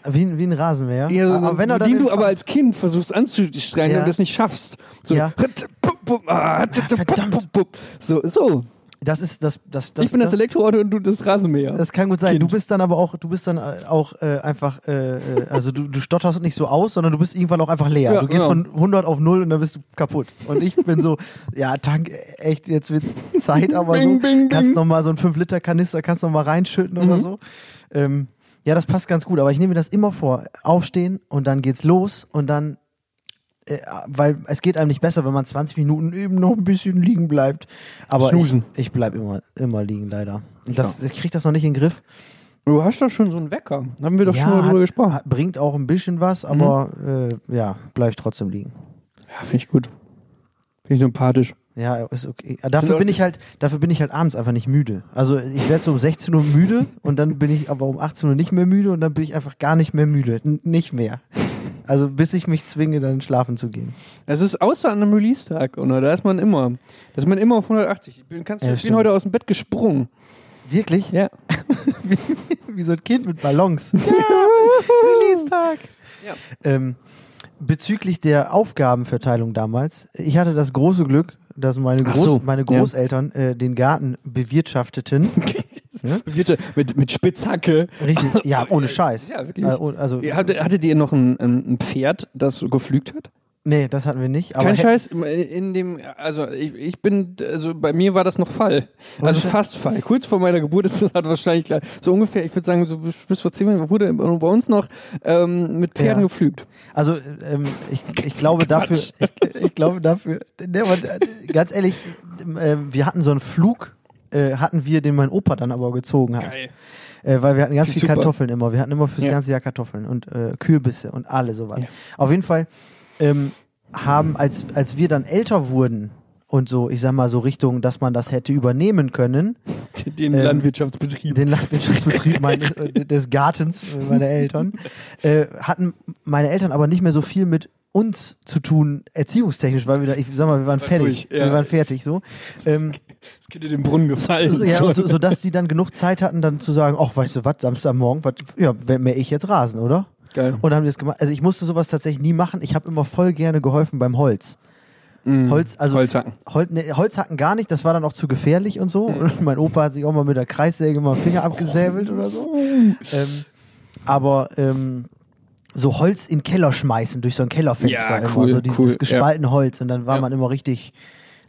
Wie, ein- wie ein Rasenmäher. Ja, so, aber wenn er dann den du den aber Fa- als Kind versuchst anzustrengen Ja. und das nicht schaffst. So, Ja. ritt, pup, pup, ah, ritt, pup, verdammt. pup, pup. so, so. das ist das das das ich bin das, Elektroauto und du das Rasenmäher. das kann gut sein. Kind. Du bist dann aber auch, du bist dann äh, auch äh, einfach, äh, äh, also du, du stotterst nicht so aus, sondern du bist irgendwann auch einfach leer. Ja, du gehst genau. von 100 auf 0 und dann bist du kaputt. Und ich bin so, ja, Tank, echt, jetzt wird's Zeit, aber so Bing, bing, Mhm. kannst bing. nochmal so einen 5-Liter-Kanister, kannst nochmal reinschütten oder so. Ähm, ja, das passt ganz gut, aber ich nehme mir das immer vor. Aufstehen und dann geht's los und dann äh, weil es geht einem nicht besser, wenn man 20 Minuten eben noch ein bisschen liegen bleibt. Aber Snoosen. ich, ich bleibe immer, immer liegen, leider. Und Das, Ich kriege das noch nicht in den Griff. Du hast doch schon so einen Wecker. Haben wir doch schon mal hat- drüber gesprochen. Mhm. hat- bringt auch ein bisschen was, aber äh, ja, bleib ich trotzdem liegen. ja, finde ich gut. Finde ich sympathisch. Ja, ist okay. Ja, Sind Dafür auch- bin ich halt, dafür bin ich halt abends einfach nicht müde. Also ich werde so um 16 Uhr müde und dann bin ich aber um 18 Uhr nicht mehr müde und dann bin ich einfach gar nicht mehr müde. N nicht mehr. Also bis ich mich zwinge, dann schlafen zu gehen. Es ist außer an einem Release-Tag, oder? Da ist man immer. Da ist man immer auf 180. Ich bin, kannst, Ja, ich bin stimmt. heute aus dem Bett gesprungen. Wirklich? Ja. Wie so ein Kind mit Ballons. Ja, Release-Tag. Ja. Ähm, bezüglich der Aufgabenverteilung damals, ich hatte das große Glück, dass meine, Ach Groß so, meine ja. Großeltern äh, den Garten bewirtschafteten. Mit, mit Spitzhacke. Richtig, ja, ohne Scheiß. Ja, halt wirklich. Äh, oh- also, Ihr Hatte, hattet ihr noch ein, ähm, ein Pferd, das so geflügt hat? nee, das hatten wir nicht. Aber Kein hä- Scheiß. In dem, also ich, ich bin, also bei mir war das noch Fall. Also Scheiß. fast Fall. Kurz vor meiner Geburt ist das hat wahrscheinlich klar. So ungefähr, ich würde sagen, so bis bis vor zehn Jahren wurde bei uns noch ähm, mit Pferden Ja. geflügt. Also ähm, ich, ich glaube dafür, ich, ich glaube dafür, ne, aber, äh, ganz ehrlich, äh, wir hatten so einen Flug, äh, hatten wir, den mein Opa dann aber gezogen hat. Geil. Äh, weil wir hatten ganz viel Super. Kartoffeln immer. Wir hatten immer fürs Ja. ganze Jahr Kartoffeln und äh, Kürbisse und alle sowas. Ja. Auf jeden Fall ähm, haben, als, als wir dann älter wurden und so, ich sag mal so Richtung, dass man das hätte übernehmen können, Den Ähm, Landwirtschaftsbetrieb. den Landwirtschaftsbetrieb meines, äh, des Gartens äh, meiner Eltern, äh, hatten meine Eltern aber nicht mehr so viel mit uns zu tun, erziehungstechnisch, weil wir da, ich sag mal, wir waren fertig. durch, ja. Wir waren fertig so. Ähm, Das Kind in den Brunnen gefallen. ja, So. und so, sodass die dann genug Zeit hatten, dann zu sagen, ach, weißt du was, Samstagmorgen, was, ja, mehr ich jetzt Rasen, oder? Geil. Und dann haben die das gemacht. Also ich musste sowas tatsächlich nie machen. Ich habe immer voll gerne geholfen beim Holz. Holz, also Holzhacken. Hol, ne, Holzhacken gar nicht, das war dann auch zu gefährlich und so. Mhm. Und mein Opa hat sich auch mal mit der Kreissäge mal einen Finger abgesäbelt oder so. Ähm, aber ähm, so Holz in den Keller schmeißen, durch so ein Kellerfenster Ja, immer, cool, so dieses cool, gespaltene Holz. Und dann war Ja. man immer richtig,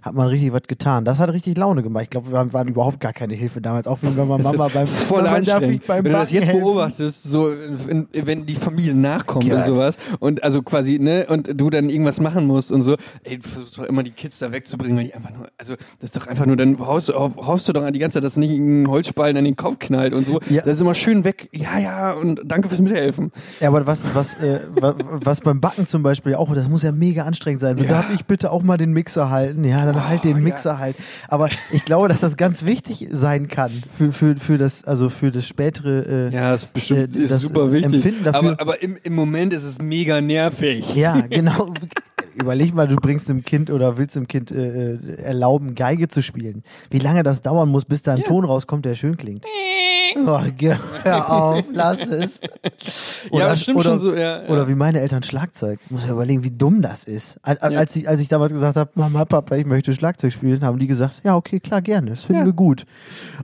hat man richtig was getan. Das hat richtig Laune gemacht. Ich glaube, wir haben- waren überhaupt gar keine Hilfe damals, auch wenn meine Mama beim, Das ist wenn voll man darf anstrengend. ich beim Wenn du das Backen jetzt helfen. beobachtest, so in, in, wenn die Familie nachkommt Geil. und sowas und also quasi ne und du dann irgendwas machen musst und so, ey, du versuchst doch immer die Kids da wegzubringen, weil die einfach nur, also das ist doch einfach nur, dann hoffst, hoff- hoffst du doch die ganze Zeit, dass nicht ein Holzspalten an den Kopf knallt und so. Ja. Das ist immer schön weg. Ja, ja und danke fürs Mithelfen. Ja, aber was, was, äh, wa- was beim Backen zum Beispiel auch, das muss ja mega anstrengend sein. So, Ja. Oh, darf ich bitte auch mal den Mixer halten? Ja, dann oder halt den Mixer halt. Aber ich glaube, dass das ganz wichtig sein kann für, für, für das, also für das spätere. Äh, Ja, ist bestimmt Äh, ist das super wichtig. Empfinden dafür- Aber, aber im, im Moment ist es mega nervig. Ja, genau. Überleg mal, du bringst dem Kind oder willst dem Kind äh, äh, erlauben, Geige zu spielen. Wie lange das dauern muss, bis da ein Ton rauskommt, der schön klingt. Oh, geh- hör auf, lass es. ja, das stimmt oder, schon so. Ja, ja. Oder wie meine Eltern Schlagzeug. Ich muss ja überlegen, wie dumm das ist. Al- al- Ja. Als, ich, als ich damals gesagt habe, Mama, Papa, ich möchte Schlagzeug spielen, haben die gesagt, ja, okay, klar, gerne, das finden Ja. wir gut.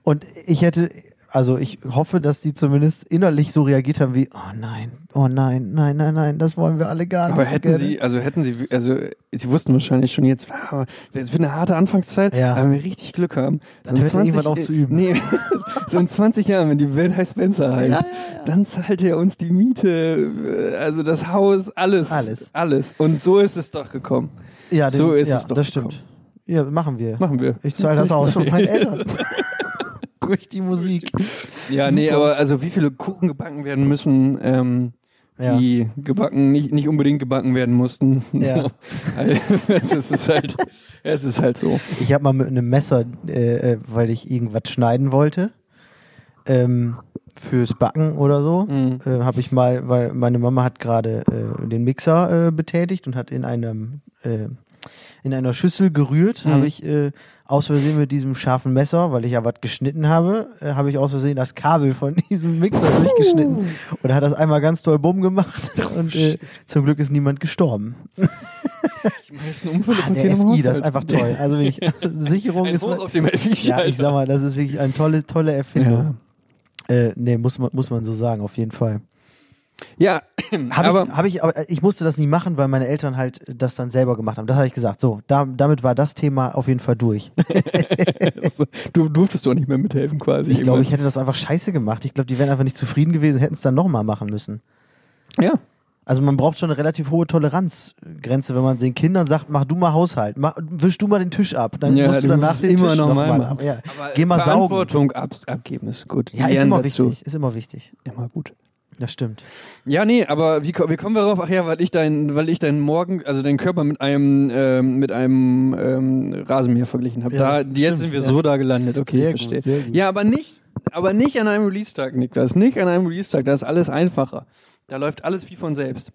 Und ich hätte, also ich hoffe, dass die zumindest innerlich so reagiert haben wie, oh nein, oh nein, nein, nein, nein, das wollen wir alle gar nicht. aber so hätten gerne. sie, also hätten sie, also äh, sie wussten wahrscheinlich schon jetzt, wow, es wird eine harte Anfangszeit, Ja. aber wenn wir richtig Glück haben, Dann hört irgendwann auf äh, zu üben. Nee, so in 20 Jahren, wenn die Welt heißt Spencer heißt, Ja, ja, dann zahlt er uns die Miete, äh, also das Haus, alles. Alles. Alles. Und so ist es doch gekommen. Ja, So ist ja, es doch Das stimmt. Ja, machen wir. Machen wir. Ich zahle das aus von meinen Eltern. Durch die Musik. Ja, nee, Super. aber also wie viele Kuchen gebacken werden müssen, ähm, Ja. die gebacken, nicht, nicht unbedingt gebacken werden mussten. Ja. So. Also es ist halt, es ist halt so. Ich habe mal mit einem Messer, äh, äh, weil ich irgendwas schneiden wollte, ähm, fürs Backen oder so, Mhm. äh, habe ich mal, weil meine Mama hat gerade äh, den Mixer äh, betätigt und hat in einem äh, in einer Schüssel gerührt, Mhm. habe ich äh, aus Versehen mit diesem scharfen Messer, weil ich ja was geschnitten habe, äh, habe ich aus Versehen das Kabel von diesem Mixer durchgeschnitten und hat das einmal ganz toll bumm gemacht Oh, und äh, zum Glück ist niemand gestorben. Die meisten Unfälle Ah, der passieren im FI, das ist Haushalt. einfach toll. Also wirklich, Sicherung Ein ist Hoch auf dem FI ja, ich sag mal, das ist wirklich eine tolle, tolle Erfindung. Äh, nee, muss man, muss man so sagen, auf jeden Fall. ja. Hab aber ich, hab ich, aber äh, ich musste das nie machen, weil meine Eltern halt das dann selber gemacht haben. Das habe ich gesagt. So, da, damit war das Thema auf jeden Fall durch. also, du durftest doch nicht mehr mithelfen quasi. Ich glaube, ich hätte das einfach scheiße gemacht. Ich glaube, die wären einfach nicht zufrieden gewesen, hätten es dann nochmal machen müssen. ja. Also man braucht schon eine relativ hohe Toleranzgrenze, wenn man den Kindern sagt, mach du mal Haushalt, mach, wisch du mal den Tisch ab, dann Ja, musst du du danach musst den immer Tisch noch mal nochmal machen. ab. Ja. Aber Geh mal saugen. Verantwortung ab, abgeben ist gut. Ja, ist Lernen immer dazu. wichtig, ist immer wichtig. Immer gut. Das stimmt. Ja, nee, aber wie, ko- wie kommen wir darauf? Ach ja, weil ich deinen, weil ich deinen Morgen, also deinen Körper mit einem, ähm, mit einem ähm, Rasenmäher verglichen habe. Ja, da, das jetzt stimmt, sind wir ja. so da gelandet. Okay, Sehr ich verstehe. gut, sehr gut. Ja, aber nicht, aber nicht an einem Release-Tag, Niklas. Nicht an einem Release-Tag. Da ist alles einfacher. Da läuft alles wie von selbst.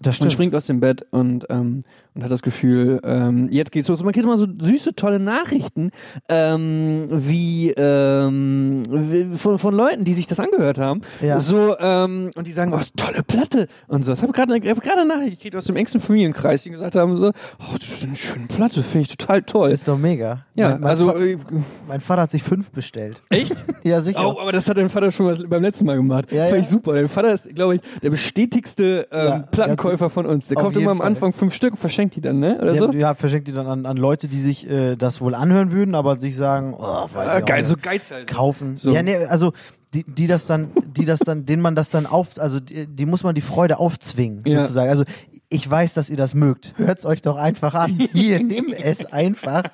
Das Man stimmt. springt aus dem Bett und, ähm, und hat das Gefühl, ähm, jetzt geht's los. Und man kriegt immer so süße, tolle Nachrichten ähm, wie, ähm, wie von, von Leuten, die sich das angehört haben. Ja. So, ähm, und die sagen, was tolle Platte und so. Ich habe gerade eine, ich hab grad eine Nachricht gekriegt aus dem engsten Familienkreis, die gesagt haben: so, oh, das ist eine schöne Platte, finde ich total toll. Ist doch mega. ja, mein, mein, also Fa- äh, mein Vater hat sich fünf bestellt. echt? Ja, sicher. Oh, aber das hat dein Vater schon was beim letzten Mal gemacht. Ja, das fand ich ja. super. Dein Vater ist, glaube ich, der bestätigste ähm, Ja, Plattenkäufer von uns. Der auf kauft immer am jeden Fall. Anfang fünf Stück und verschenkt die dann, ne? Oder Der, so? Ja, verschenkt die dann an, an Leute, die sich äh, das wohl anhören würden, aber sich sagen, oh, weiß Ah, ich auch geil, nicht. so geizhals. kaufen. So. Ja, nee, also die, die das dann, die das dann, denen man das dann auf, also die, die muss man die Freude aufzwingen, Ja. sozusagen. Also ich weiß, dass ihr das mögt. Hört's euch doch einfach an. Hier, nimm es einfach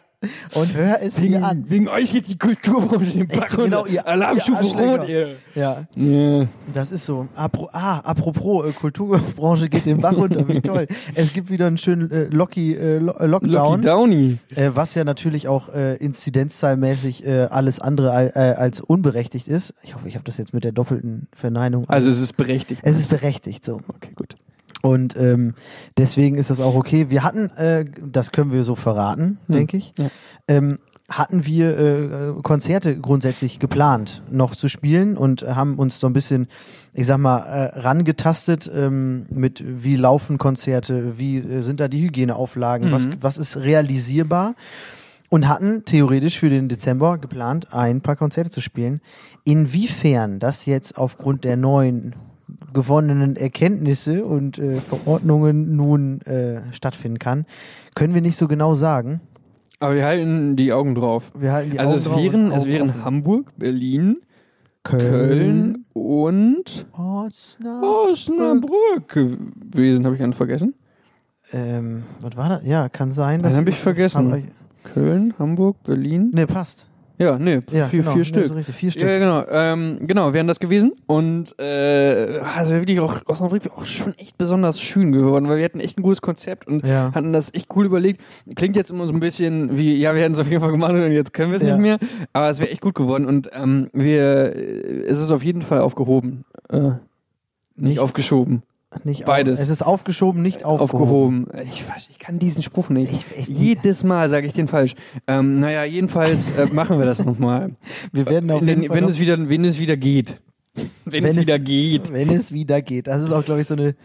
und hör es dir an. Wegen euch geht die Kulturbranche den Bach Genau, runter. ihr- Alarmstufe ihr Arschlöcher. rot, ihr. Ja, Ja. das ist so. Apro ah, apropos, äh, Kulturbranche geht den Bach runter, wie toll. Es gibt wieder einen schönen äh, Locky, äh, Lo äh, Lucky Lockdown. Downy. Äh, was ja natürlich auch äh, inzidenzzahlmäßig äh, alles andere al- äh, als unberechtigt ist. Ich hoffe, ich habe das jetzt mit der doppelten Verneinung. Also es ist berechtigt. es ist berechtigt so. okay, gut. Und ähm, deswegen ist das auch okay. Wir hatten, äh, das können wir so verraten, Hm. denke ich, Ja. ähm, hatten wir äh, äh, Konzerte grundsätzlich geplant, noch zu spielen und haben uns so ein bisschen, ich sag mal, äh, rangetastet ähm, mit, wie laufen Konzerte, wie äh, sind da die Hygieneauflagen, was, Mhm. was ist realisierbar. Und hatten theoretisch für den Dezember geplant, ein paar Konzerte zu spielen. Inwiefern das jetzt aufgrund der neuen gewonnenen Erkenntnisse und äh, Verordnungen nun äh, stattfinden kann, können wir nicht so genau sagen. Aber wir halten die Augen drauf. Wir halten die also Augen es drauf wären, und es Augen wären offen. Hamburg, Berlin, Köln, Köln und Osnabrück. Osnabrück gewesen. Habe ich einen vergessen? Ähm, was war das? Ja, kann sein. Einen dass- habe ich vergessen. Aber- Köln, Hamburg, Berlin. Ne, passt. Ja, nee, genau. vier, vier Das ist Stück. Richtig, vier Stück. Ja, genau. Ähm, genau, wären das gewesen. Und äh, also wirklich auch Osnabrück wäre auch schon echt besonders schön geworden, weil wir hatten echt ein gutes Konzept und Ja. hatten das echt cool überlegt. Klingt jetzt immer so ein bisschen wie, ja, wir hätten es auf jeden Fall gemacht und jetzt können wir es Ja. nicht mehr. Aber es wäre echt gut geworden und ähm, wir, äh, es ist auf jeden Fall aufgehoben. Äh, nicht, Nicht- aufgeschoben. Nicht Beides. Auf, es ist aufgeschoben, nicht aufgehoben. Aufgehoben. Ich, weiß, ich kann diesen Spruch nicht. Ich- ich- Jedes Mal sage ich den falsch. Ähm, naja, jedenfalls äh, machen wir das nochmal. Wir werden Genau, auf Wenn, jeden Fall wenn, noch- es wieder, wenn es wieder geht. Wenn, es Wenn es- wieder geht. wenn es wieder geht. Das ist auch, glaube ich, so eine,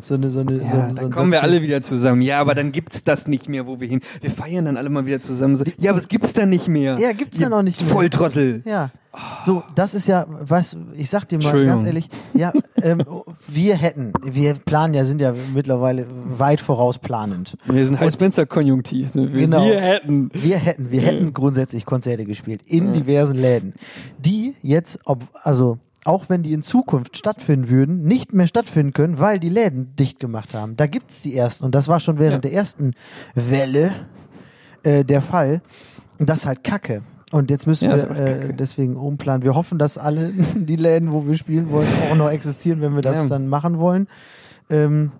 so eine, so eine, so, Ja, ein- so dann ein kommen wir Satz, alle wieder zusammen. Ja, aber dann gibt's das nicht mehr, wo wir hin. Wir feiern dann alle mal wieder zusammen. So, Ja, aber es gibt's dann nicht mehr. Ja, gibt's dann auch nicht mehr. Volltrottel. Ja. So, das ist ja, was, ich sag dir mal Entschuldigung. ganz ehrlich, ja, ähm, wir hätten, wir planen ja, sind ja mittlerweile weit vorausplanend. Wir sind halt Spencer-Konjunktiv. sind Wir, Genau. wir hätten. Wir hätten, wir Äh. hätten grundsätzlich Konzerte gespielt in diversen Läden, die jetzt, ob, also auch wenn die in Zukunft stattfinden würden, nicht mehr stattfinden können, weil die Läden dicht gemacht haben. Da gibt's die ersten und das war schon während Ja. der ersten Welle äh, der Fall. Und das ist halt Kacke. Und jetzt müssen Ja, ist wir einfach Kacke. äh, deswegen umplanen. Wir hoffen, dass alle die Läden, wo wir spielen wollen, auch noch existieren, wenn wir das Ja. dann machen wollen. Ähm,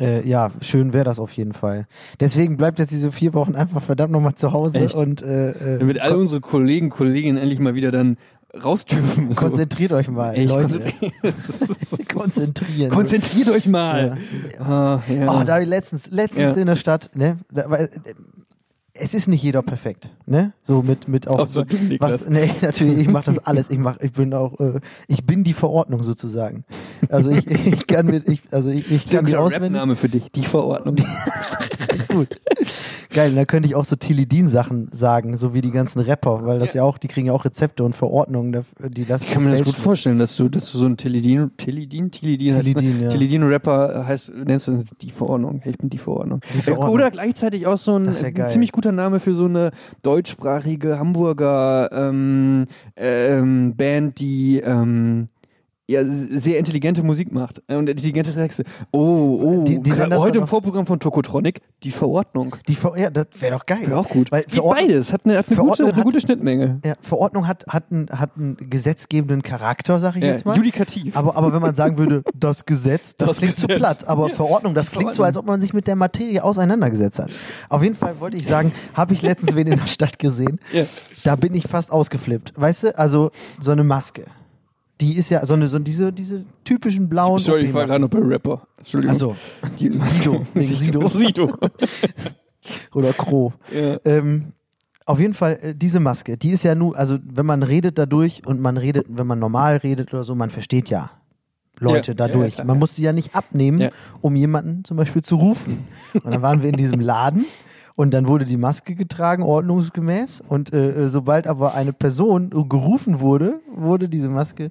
äh, ja, schön wäre das auf jeden Fall. Deswegen bleibt jetzt diese vier Wochen einfach verdammt nochmal zu Hause Echt? und äh, äh, Damit alle unsere Kollegen, Kolleginnen endlich mal wieder dann raus dürfen. So. konzentriert euch mal, Echt, Leute. konzentri- Konzentrieren. Konzentriert euch mal. Ah, ja. Oh, da hab ich letztens, letztens Ja. in der Stadt, ne? Da, weil, äh, es ist nicht jeder perfekt, ne? So mit, mit auch. Außer du, Niklas. was, nee, natürlich, ich mache das alles. Ich mach, ich bin auch, äh, ich bin die Verordnung sozusagen. Also ich, ich kann mir, ich, also ich, ich Sehr kann die guter auswendig. Rap-Name für dich. Die Verordnung. Gut. Geil, und dann könnte ich auch so Tilidin-Sachen sagen, so wie die ganzen Rapper, weil das ja, auch, die kriegen ja auch Rezepte und Verordnungen, dafür, die das. Ich kann mir das gut vorstellen, dass du, dass du so ein Teledin, Teledin, Teledin, heißt, Teledin, ne? ja. Teledin-Rapper heißt, nennst du das die Verordnung. Hey, Ich bin die Verordnung. Verordnung. Oder gleichzeitig auch so ein, Das wär ein geil. ziemlich guter Name für so eine deutschsprachige Hamburger ähm, ähm, Band, die ähm, ja, s- sehr intelligente Musik macht und intelligente Texte. Oh, oh, Die- die nennen das heute dann im auch- Vorprogramm von Tokotronic, die Verordnung. Die Ver ja, das wäre doch geil. Wäre auch gut. Weil Wie Verordnung- beides, hat eine, hat eine, gute, Verordnung hat eine hat- gute Schnittmenge. Ja, Verordnung hat, hat, einen, hat einen gesetzgebenden Charakter, sag ich Ja, jetzt mal. Judikativ. Aber, aber wenn man sagen würde, das Gesetz, das, Das klingt zu Gesetz. platt. Aber Verordnung, das klingt so, als ob man sich mit der Materie auseinandergesetzt hat. Auf jeden Fall wollte ich sagen, habe ich letztens wen in der Stadt gesehen. Ja. Da bin ich fast ausgeflippt. Weißt du, also so eine Maske. Die ist ja so eine, so diese, diese typischen blauen. Sorry, ich war OP-Masken. gerade noch bei Rapper. Entschuldigung. Achso, Die Sido, Also, wegen Sido. Sido. oder Kro. ja. Ähm, auf jeden Fall, äh, diese Maske, die ist ja nur, also wenn man redet dadurch und man redet, wenn man normal redet oder so, man versteht ja Leute Ja, ja, ja, dadurch. klar, man ja. muss sie ja nicht abnehmen, Ja. um jemanden zum Beispiel zu rufen. Und dann waren wir in diesem Laden und dann wurde die Maske getragen, ordnungsgemäß. Und äh, äh, sobald aber eine Person gerufen wurde, wurde diese Maske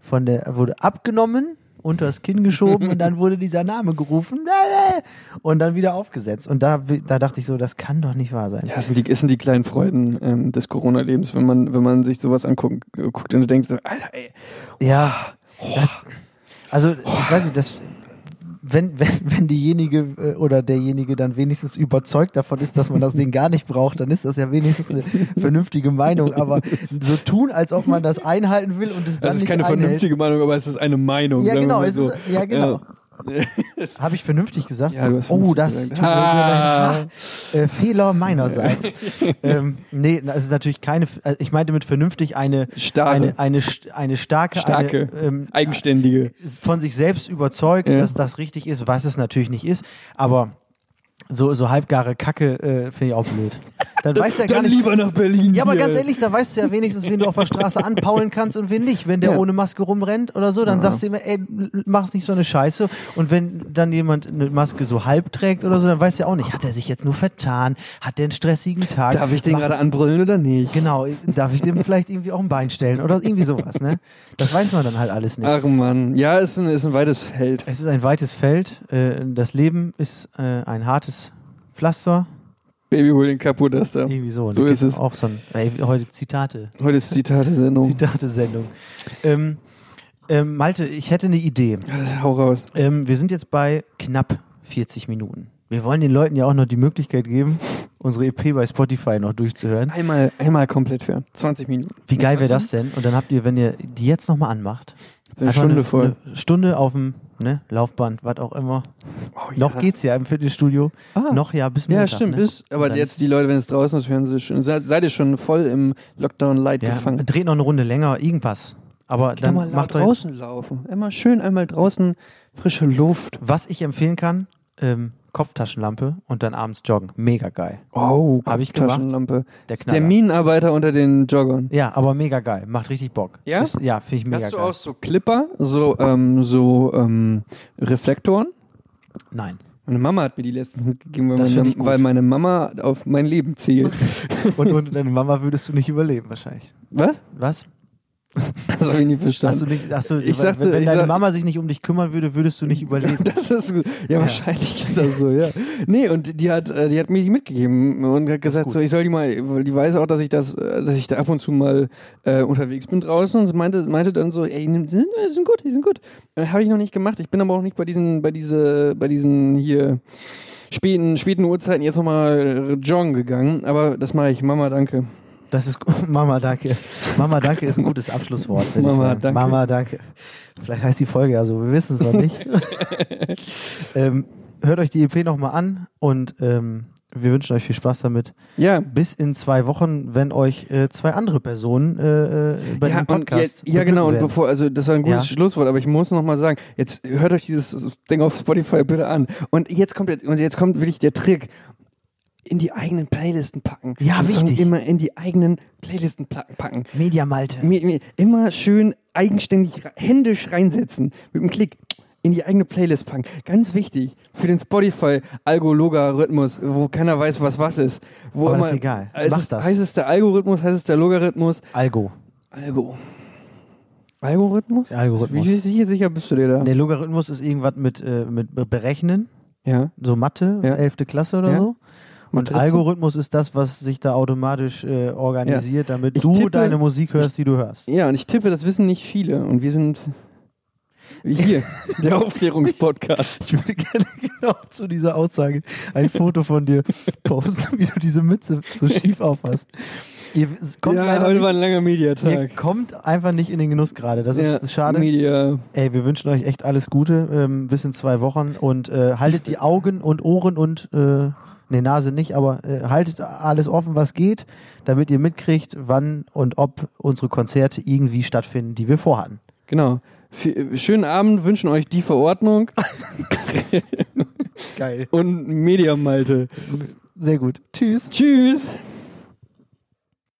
von der, wurde abgenommen, unter das Kinn geschoben und dann wurde dieser Name gerufen und dann wieder aufgesetzt. Und da, da dachte ich so, das kann doch nicht wahr sein. Ja, es sind die, es sind die kleinen Freuden ähm, des Corona-Lebens, wenn man, wenn man sich sowas anguckt guckt und denkt so, Alter, ey, Ja. Das, also, ich weiß nicht, das, wenn, wenn, wenn diejenige äh, oder derjenige dann wenigstens überzeugt davon ist, dass man das Ding gar nicht braucht, dann ist das ja wenigstens eine vernünftige Meinung. Aber so tun, als ob man das einhalten will und es dann das ist nicht keine einhält. vernünftige Meinung, aber es ist eine Meinung. Ja, sagen wir genau, mal es so. ist, ja, genau. Habe ich vernünftig gesagt? Ja, du hast oh, vernünftig das gesagt. tut mir Ah. sehr leid. Ah, äh, Fehler meinerseits. ähm, nee, na, es ist natürlich keine. äh, Ich meinte mit vernünftig eine Starre. eine eine, st- eine starke, Starke, Eine, ähm, eigenständige. von sich selbst überzeugt, Ja. dass das richtig ist, was es natürlich nicht ist. Aber so so halbgare Kacke äh, finde ich auch blöd. Dann weiß ja gar Dann nicht. lieber nach Berlin. Ja, aber hier. ganz ehrlich, da weißt du ja wenigstens, wen du auf der Straße anpaulen kannst und wen nicht. Wenn der Ja. ohne Maske rumrennt oder so, dann Ja. sagst du immer, ey, mach nicht so eine Scheiße. Und wenn dann jemand eine Maske so halb trägt oder so, dann weißt du ja auch nicht, hat er sich jetzt nur vertan, hat der einen stressigen Tag. Darf ich den Mach- gerade anbrüllen oder nicht? Genau, darf ich dem vielleicht irgendwie auch ein Bein stellen oder irgendwie sowas, ne? Das weiß man dann halt alles nicht. Ach Mann, ja, ist ein, ist ein weites Feld. Es ist ein weites Feld. äh, Das Leben ist äh, ein hartes Pflaster. Baby hol den Kaputtaster. Irgendwie so. So Da ist gibt's es. Oh. Auch so ein, ey, heute Zitate. Heute ist Zitate-Sendung. Zitate-Sendung. Ähm, ähm, Malte, ich hätte eine Idee. Also, Hau raus. Ähm, wir sind jetzt bei knapp 40 Minuten. Wir wollen den Leuten ja auch noch die Möglichkeit geben, unsere EP bei Spotify noch durchzuhören. Einmal, einmal komplett hören. 20 Minuten. Wie geil wäre das denn? Und dann habt ihr, wenn ihr die jetzt nochmal anmacht, Eine einfach Stunde voll. Eine Stunde auf dem ne, Laufband, was auch immer. Oh, ja. Noch geht's ja im Fitnessstudio. Ah. Noch ja bis Montag. Ja, stimmt. Ne? Ist, aber Dann jetzt ist- die Leute, wenn es draußen ist, hören sie schon. Seid, seid ihr schon voll im Lockdown-Light ja, gefangen? dreht noch eine Runde länger, irgendwas. Aber dann mal macht euch. draußen laufen. Immer schön einmal draußen frische Luft. Was ich empfehlen kann, ähm, Kopftaschenlampe und dann abends joggen. Mega geil. Oh, Hab ich gemacht. Taschenlampe. Der Knaller. Der Minenarbeiter unter den Joggern. ja, aber mega geil. Macht richtig Bock. Ja? Ist, ja, finde ich mega Hast du geil. auch so Clipper, so, ähm, so ähm, Reflektoren? Nein. Meine Mama hat mir die letztens mitgegeben, weil, Das find meine, ich gut. weil meine Mama auf mein Leben zielt. Und ohne deine Mama würdest du nicht überleben wahrscheinlich. Was? Was? Das habe ich nie Hast verstanden. du nicht, hast du, Ich sagte- wenn, wenn ich deine sag- Mama sich nicht um dich kümmern würde, würdest du nicht überleben. Das ist gut. Ja, wahrscheinlich ist das so, ja. Nee, und die hat, äh, die hat mir die mitgegeben und hat gesagt, gut. so, ich soll die mal, weil die weiß auch, dass ich das, äh, dass ich da ab und zu mal äh, unterwegs bin draußen und sie meinte, meinte dann so, ey, nimm- die sind, die sind gut, die sind gut. Äh, Habe ich noch nicht gemacht. Ich bin aber auch nicht bei diesen, bei diese, bei diesen hier späten, späten Uhrzeiten jetzt nochmal joggen gegangen. Aber das mache ich. Mama, danke. Das ist gu- Mama, danke. Mama, danke ist ein gutes Abschlusswort. würd ich Mama, sagen. danke. Mama, danke. Vielleicht heißt die Folge ja so, wir wissen es noch nicht. ähm, hört euch die EP nochmal an und ähm, wir wünschen euch viel Spaß damit. Ja. Bis in zwei Wochen, wenn euch äh, zwei andere Personen äh, äh, bei dem und Podcast. jetzt- ja, genau. Und beglücken werden. bevor, also das war ein gutes Ja. Schlusswort, aber ich muss noch mal sagen: Jetzt hört euch dieses Ding auf Spotify bitte an. Und jetzt kommt der, und jetzt kommt wirklich der Trick: In die eigenen Playlisten packen. Ja, Den Song wichtig. Immer in die eigenen Playlisten pla- packen. Media Malte. Mir, mir, immer schön eigenständig re- händisch reinsetzen mit einem Klick. In die eigene Playlist packen. Ganz wichter für den Spotify-Algo-Logarithmus, wo keiner weiß, was was ist. Wo Aber das immer- ist egal. Es Mach ist, das. Heißt es der Algorithmus, heißt es der Logarithmus, Algo. Algo. Algorithmus? Algorithmus. Wie sicher, sicher bist du dir da? Der Logarithmus ist irgendwas mit, äh, mit Be- Berechnen, Ja. so Mathe, Ja. 11. Klasse oder Ja. so. Und Matrizen. Algorithmus ist das, was sich da automatisch äh, organisiert, damit Ich du tippe- deine Musik hörst, die du hörst. Ja, und ich tippe, das wissen nicht viele. Und wir sind hier, der Aufklärungspodcast. Ich würde gerne genau zu dieser Aussage ein Foto von dir posten, wie du diese Mütze so schief aufhast. Ihr es kommt, leider nicht, ein langer ihr Mediatag. kommt einfach nicht in den Genuss gerade. Das Ja, ist schade. Media. Ey, wir wünschen euch echt alles Gute ähm, bis in zwei Wochen und äh, haltet die Augen und Ohren und äh, ne Nase nicht, aber äh, haltet alles offen, was geht, damit ihr mitkriegt, wann und ob unsere Konzerte irgendwie stattfinden, die wir vorhatten. Genau. F schönen Abend, wünschen euch die Verordnung Geil, und Media Malte. sehr gut. Tschüss. Tschüss.